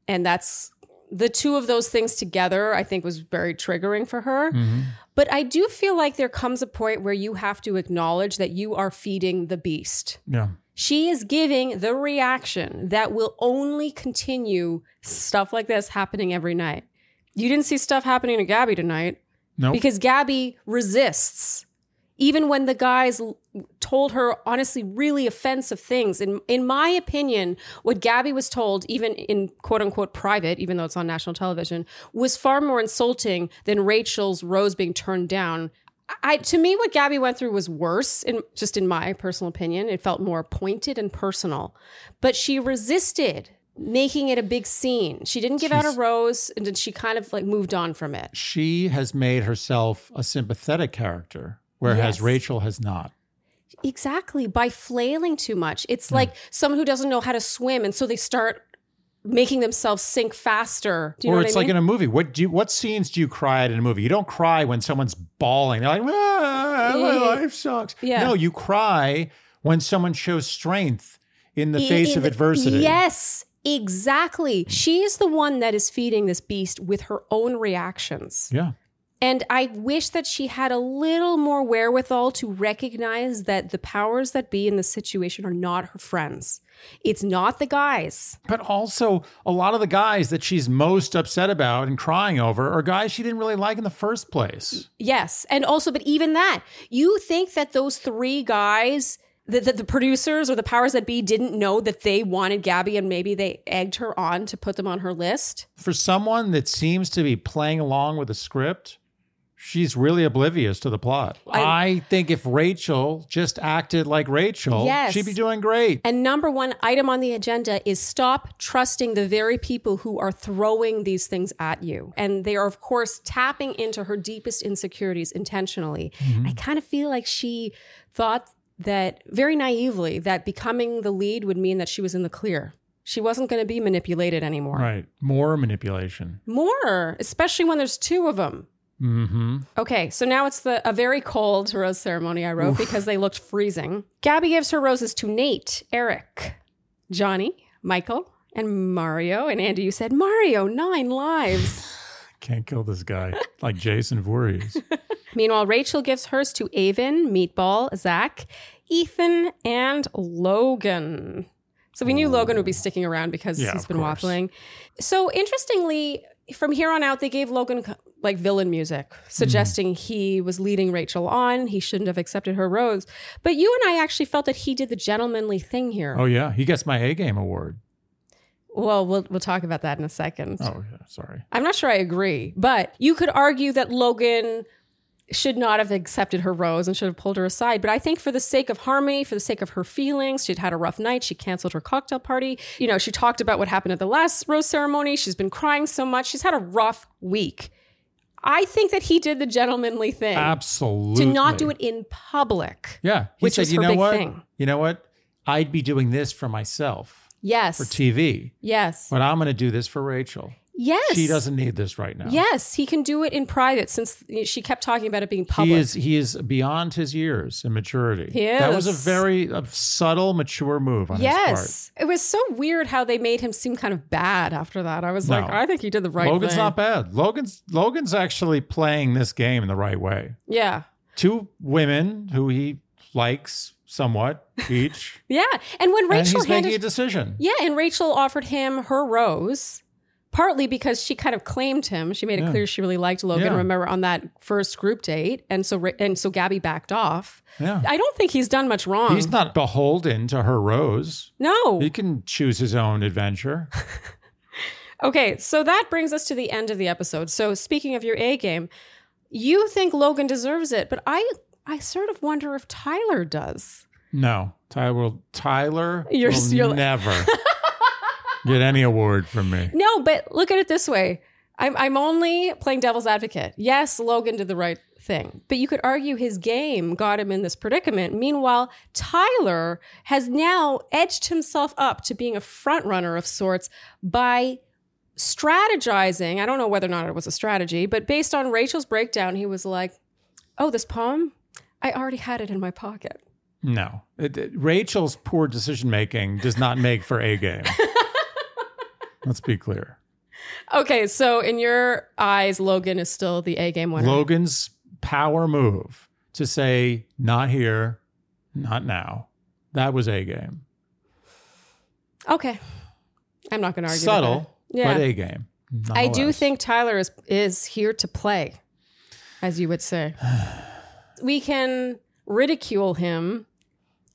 Speaker 2: And that's the two of those things together, I think was very triggering for her.
Speaker 1: Mhm.
Speaker 2: But I do feel like there comes a point where you have to acknowledge that you are feeding the beast.
Speaker 1: Yeah.
Speaker 2: She is giving the reaction that will only continue stuff like this happening every night. You didn't see stuff happening to Gabby tonight
Speaker 1: Nope.
Speaker 2: because Gabby resists. Even when the guys l- told her honestly really offensive things, in in my opinion, what Gabby was told, even in quote unquote private, even though it's on national television, was far more insulting than Rachel's rose being turned down. I to me, what Gabby went through was worse. In just in my personal opinion, it felt more pointed and personal. But she resisted making it a big scene. She didn't give out
Speaker 1: She's-
Speaker 2: a rose, and then she kind of like moved on from it.
Speaker 1: she has made herself a sympathetic character, whereas
Speaker 2: Yes.
Speaker 1: Rachel has not.
Speaker 2: Exactly. By flailing too much. It's like someone who doesn't know how to swim and so they start making themselves sink faster. Do you
Speaker 1: or
Speaker 2: know
Speaker 1: it's
Speaker 2: what I
Speaker 1: like in
Speaker 2: mean?
Speaker 1: a movie. What do you, what scenes do you cry at in a movie? You don't cry when someone's bawling. They're like, ah, my
Speaker 2: Yeah.
Speaker 1: life sucks.
Speaker 2: Yeah.
Speaker 1: No, you cry when someone shows strength in the face
Speaker 2: In
Speaker 1: of
Speaker 2: the-
Speaker 1: adversity.
Speaker 2: Yes, exactly. She is the one that is feeding this beast with her own reactions.
Speaker 1: Yeah.
Speaker 2: And I wish that she had a little more wherewithal to recognize that the powers that be in this situation are not her friends. It's not the guys.
Speaker 1: But also, a lot of the guys that she's most upset about and crying over are guys she didn't really like in the first place.
Speaker 2: Yes. And also, but even that, you think that those three guys, that the, the producers or the powers that be didn't know that they wanted Gabby and maybe they egged her on to put them on her list?
Speaker 1: For someone that seems to be playing along with the script, she's really oblivious to the plot. I,
Speaker 2: I-
Speaker 1: think if Rachel just acted like Rachel,
Speaker 2: Yes.
Speaker 1: she'd be doing great.
Speaker 2: And number one item on the agenda is stop trusting the very people who are throwing these things at you. And they are, of course, tapping into her deepest insecurities intentionally. I kind of feel like she thought that very naively that becoming the lead would mean that she was in the clear. She wasn't going to be manipulated anymore.
Speaker 1: Right. More manipulation.
Speaker 2: More, especially when there's two of them.
Speaker 1: Mm-hmm.
Speaker 2: Okay, so now it's the a very cold rose ceremony I wrote because they looked freezing. Gabby gives her roses to Nate, Eric, Johnny, Michael, and Mario. And Andy, you said Mario, nine lives.
Speaker 1: Can't kill this guy like Jason <laughs> Voorhees.
Speaker 2: Meanwhile, Rachel gives hers to Avon, Meatball, Zach, Ethan, and Logan. So we knew Logan would be sticking around because
Speaker 1: Oh. Yeah,
Speaker 2: he's
Speaker 1: of
Speaker 2: been
Speaker 1: course.
Speaker 2: waffling. So interestingly, from here on out, they gave Logan like villain music,
Speaker 1: Hmm.
Speaker 2: suggesting he was leading Rachel on. He shouldn't have accepted her rose. But you and I actually felt that he did the gentlemanly thing here.
Speaker 1: Oh yeah, he gets my A game award.
Speaker 2: Well, we'll we'll talk about that in a second.
Speaker 1: Oh, yeah, sorry.
Speaker 2: I'm not sure I agree, but you could argue that Logan should not have accepted her rose and should have pulled her aside. But I think for the sake of harmony, for the sake of her feelings, she'd had a rough night. She canceled her cocktail party. You know, she talked about what happened at the last rose ceremony. She's been crying so much. She's had a rough week. I think that he did the gentlemanly thing
Speaker 1: Absolutely.
Speaker 2: to not do it in public.
Speaker 1: Yeah. He
Speaker 2: which
Speaker 1: said,
Speaker 2: was
Speaker 1: you
Speaker 2: her
Speaker 1: know
Speaker 2: big
Speaker 1: what?
Speaker 2: thing."
Speaker 1: You know what? I'd be doing this for myself for
Speaker 2: Yes.
Speaker 1: TV,
Speaker 2: Yes.
Speaker 1: but I'm going to do this for Rachel.
Speaker 2: Yes.
Speaker 1: She doesn't need this right now.
Speaker 2: Yes, he can do it in private since she kept talking about it being public.
Speaker 1: He is he is beyond his years in maturity.
Speaker 2: He
Speaker 1: That was a
Speaker 2: is.
Speaker 1: very uh, subtle, mature move on his
Speaker 2: Yes. It was so weird how they made him seem kind of bad after that. I was
Speaker 1: No.
Speaker 2: like, I think he did the right
Speaker 1: part. Logan's
Speaker 2: thing.
Speaker 1: not bad. Logan's Logan's actually playing this game in the right way.
Speaker 2: yeah.
Speaker 1: Two women who he likes
Speaker 2: <laughs>
Speaker 1: somewhat each,
Speaker 2: Yeah. And when
Speaker 1: and
Speaker 2: Rachel
Speaker 1: he's making a
Speaker 2: handed
Speaker 1: decision.
Speaker 2: Yeah, and Rachel offered him her rose. Partly because she kind of claimed him, she made it
Speaker 1: Yeah.
Speaker 2: clear she really liked Logan.
Speaker 1: Yeah.
Speaker 2: Remember on that first group date, and so Ra- and so Gabby backed off.
Speaker 1: Yeah.
Speaker 2: I don't think he's done much wrong.
Speaker 1: He's not beholden to her rose.
Speaker 2: no,
Speaker 1: He can choose his own
Speaker 2: <laughs>
Speaker 1: adventure.
Speaker 2: Okay, so that brings us to the end of the episode. So speaking of your A game, you think Logan deserves it, but I I sort of wonder if Tyler does.
Speaker 1: No, Tyler. will- Tyler
Speaker 2: You're-
Speaker 1: will
Speaker 2: you're- <laughs>
Speaker 1: never get any award from me.
Speaker 2: No, but look at it this way. I'm I'm only playing devil's advocate. Yes, Logan did the right thing. But you could argue his game got him in this predicament. Meanwhile, Tyler has now edged himself up to being a front runner of sorts by strategizing. I don't know whether or not it was a strategy, but based on Rachel's breakdown, he was like, "Oh, this poem? I already had it in my pocket."
Speaker 1: No, It- it- Rachel's poor decision making does not make for a
Speaker 2: <laughs>
Speaker 1: game. Let's be clear.
Speaker 2: Okay, so in your eyes, Logan is still the A game winner.
Speaker 1: Logan's power move to say "not here, not now" that was a game.
Speaker 2: Okay. I'm not going to argue. with that.
Speaker 1: Subtle,
Speaker 2: Yeah.
Speaker 1: but a game.
Speaker 2: I do
Speaker 1: nonetheless.
Speaker 2: think Tyler is is here to play, as you
Speaker 1: <sighs>
Speaker 2: would say. we can ridicule him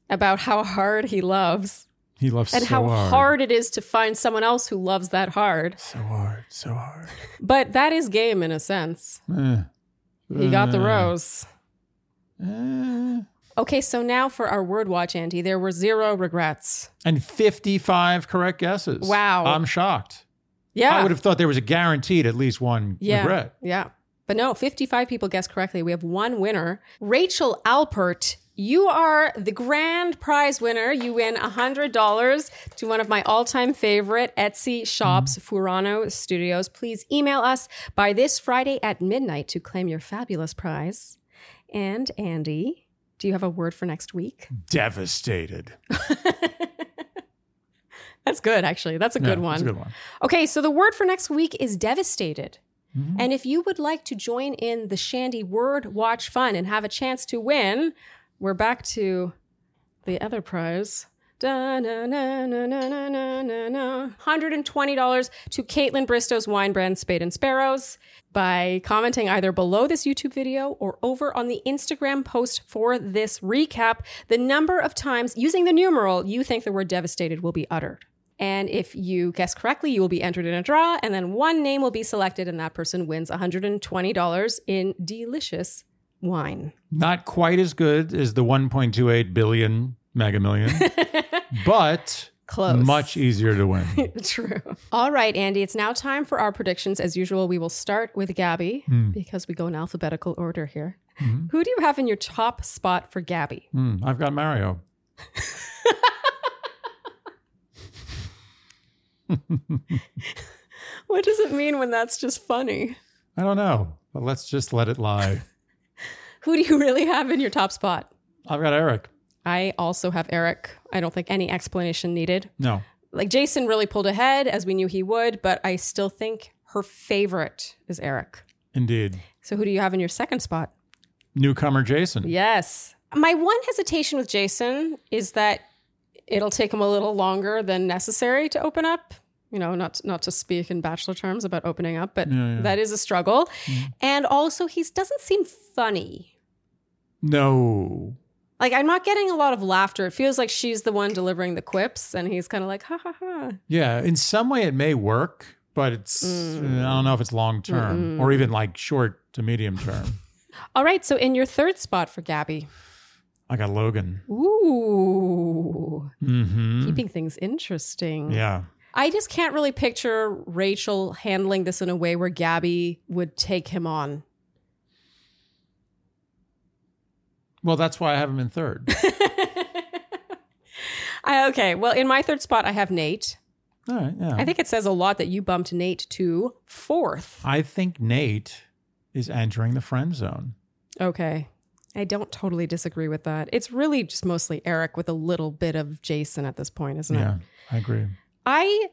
Speaker 2: about how hard he loves
Speaker 1: he loves
Speaker 2: and
Speaker 1: so
Speaker 2: how
Speaker 1: hard.
Speaker 2: hard. it is to find someone else who loves that hard.
Speaker 1: so hard, so hard.
Speaker 2: But that is game in a sense.
Speaker 1: Eh.
Speaker 2: He got the
Speaker 1: Eh.
Speaker 2: rose.
Speaker 1: Eh.
Speaker 2: Okay, so now for our word watch, Andy. There were zero regrets.
Speaker 1: and 55 correct guesses.
Speaker 2: Wow.
Speaker 1: I'm shocked.
Speaker 2: Yeah.
Speaker 1: I would have thought there was a guaranteed at least one
Speaker 2: Yeah.
Speaker 1: regret.
Speaker 2: Yeah. But no, 55 people guessed correctly. We have one winner. Rachel Alpert, you are the grand prize winner. You win $100 to one of my all time favorite Etsy shops, Furano Studios. Please email us by this Friday at midnight to claim your fabulous prize. And Andy, do you have a word for next week?
Speaker 1: Hmm. Devastated.
Speaker 2: That's good, actually. That's a
Speaker 1: Yeah,
Speaker 2: good one.
Speaker 1: That's a good one.
Speaker 2: Okay, so the word for next week is devastated. And if you would like to join in the Shandy Word Watch Fun and have a chance to win, we're back to the other prize. Da, na, na, na, na, na, na, na, na. $120 to Caitlin Bristow's wine brand Spade and Sparrows by commenting either below this YouTube video or over on the Instagram post for this recap. The number of times using the numeral you think the word devastated will be uttered. And if you guess correctly, you will be entered in a draw, and then one name will be selected, and that person wins $120 in delicious wine.
Speaker 1: Not quite as good as the 1.28 billion mega
Speaker 2: <laughs>
Speaker 1: million, but
Speaker 2: Close.
Speaker 1: much e- easier to win.
Speaker 2: <laughs> True. All right, Andy, it's now time for our predictions. As usual, we will start with Gabby because we go in alphabetical order here. Who do you have in your top spot for Gabby?
Speaker 1: Hmm, I've got Mario.
Speaker 2: What does it mean when that's just funny?
Speaker 1: I don't know, but let's just let it
Speaker 2: <laughs>
Speaker 1: lie.
Speaker 2: Who do you <laughs> really have in your top spot?
Speaker 1: I've got Eric.
Speaker 2: I also have Eric. I don't think any explanation needed.
Speaker 1: No.
Speaker 2: Like Jason really pulled ahead as we knew he would, but I still think her favorite is Eric.
Speaker 1: Indeed.
Speaker 2: So who do you have in your second spot?
Speaker 1: Newcomer Jason.
Speaker 2: Yes. My one hesitation with Jason is that it'll take him a little longer than necessary to open up. You know, not not to speak in bachelor terms about opening up, but
Speaker 1: Yeah, Mm-hmm. yeah.
Speaker 2: that is a struggle. And also, he doesn't seem funny.
Speaker 1: No.
Speaker 2: Like I'm not getting a lot of laughter. It feels like she's the one delivering the quips, and he's kind of like ha ha ha.
Speaker 1: Yeah, in some way it may work, but it's
Speaker 2: Mm.
Speaker 1: I don't know if it's long term or even like short to medium
Speaker 2: <laughs>
Speaker 1: term.
Speaker 2: All right, so in your third spot for Gabby,
Speaker 1: I got Logan.
Speaker 2: ooh,
Speaker 1: hmm
Speaker 2: keeping things interesting.
Speaker 1: Yeah.
Speaker 2: I just can't really picture Rachel handling this in a way where Gabby would take him on. <laughs>
Speaker 1: Well, that's why I have him in
Speaker 2: <laughs>
Speaker 1: third.
Speaker 2: I, okay, well, in my third spot, I have Nate.
Speaker 1: All right. Yeah.
Speaker 2: I think it says a lot that you bumped Nate to fourth.
Speaker 1: I think Nate is entering the friend zone.
Speaker 2: Okay. I don't totally disagree with that. It's really just mostly Eric with a little bit of Jason at this point, isn't it?
Speaker 1: Yeah, I agree.
Speaker 2: I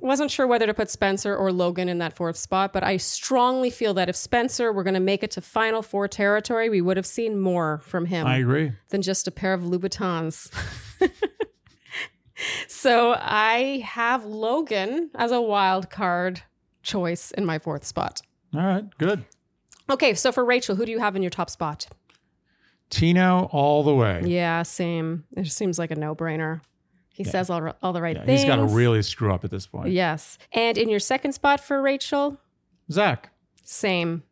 Speaker 2: wasn't sure whether to put Spencer or Logan in that fourth spot, but I strongly feel that if Spencer were going to make it to Final Four territory, we would have seen more from him
Speaker 1: I agree.
Speaker 2: than just a pair of Louboutins. <laughs> so I have Logan as a wild card choice in my fourth spot.
Speaker 1: All right, good.
Speaker 2: Okay, so for Rachel, who do you have in your top spot?
Speaker 1: Tino all the way.
Speaker 2: Yeah, same. It just seems like a no-brainer. He says all, all the right
Speaker 1: Yeah,
Speaker 2: things.
Speaker 1: he's got to really screw up at this point.
Speaker 2: Yes. And in your second spot for Rachel,
Speaker 1: Zach.
Speaker 2: same.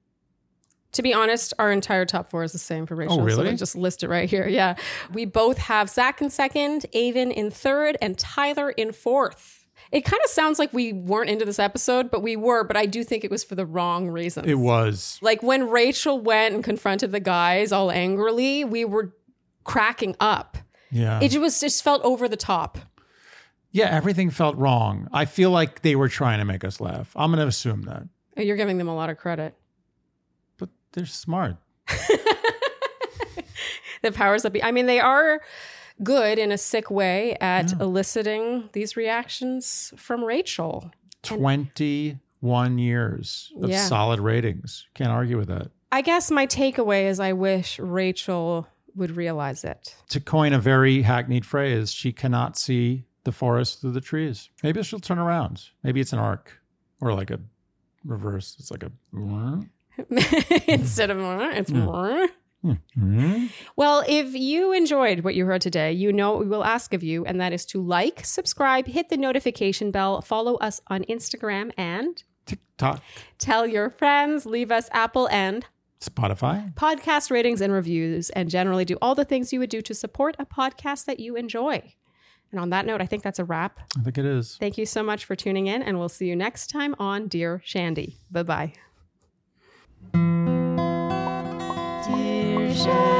Speaker 2: To be honest, our entire top four is the same for Rachel. So
Speaker 1: really?
Speaker 2: I just list it right here. Yeah. We both have Zach in second, Avon in third, and Tyler in fourth. It kind of sounds like we weren't into this episode, but we were, but I do think it was for the wrong reasons.
Speaker 1: It was.
Speaker 2: Like when Rachel went and confronted the guys all angrily, we were cracking up.
Speaker 1: Yeah.
Speaker 2: It was just felt over the top.
Speaker 1: yeah, everything felt wrong. I feel like they were trying to make us laugh. I'm going to assume that.
Speaker 2: You're giving them a lot of credit.
Speaker 1: But they're smart.
Speaker 2: the powers that be. I mean, they are good in a sick way at eliciting these reactions from Rachel.
Speaker 1: 21 years of
Speaker 2: Yeah.
Speaker 1: solid ratings. Can't argue with that.
Speaker 2: I guess my takeaway is I wish Rachel would realize it. <laughs>
Speaker 1: To coin a very hackneyed phrase, she cannot see the forest through the trees. Maybe she'll turn around. Maybe it's an arc or like a reverse. It's like a.
Speaker 2: Instead of "Uh," it's "Uh."
Speaker 1: Mhm.
Speaker 2: well, if you enjoyed what you heard today, you know what we will ask of you, and that is to like, subscribe, hit the notification bell, follow us on Instagram, and
Speaker 1: Tick tock.
Speaker 2: tell your friends, leave us Apple and
Speaker 1: Spotify.
Speaker 2: podcast ratings and reviews, and generally do all the things you would do to support a podcast that you enjoy. And on that note, I think that's a wrap.
Speaker 1: I think it is.
Speaker 2: Thank you so much for tuning in, and we'll see you next time on Dear Shandy. Bye bye. Dear Shandy.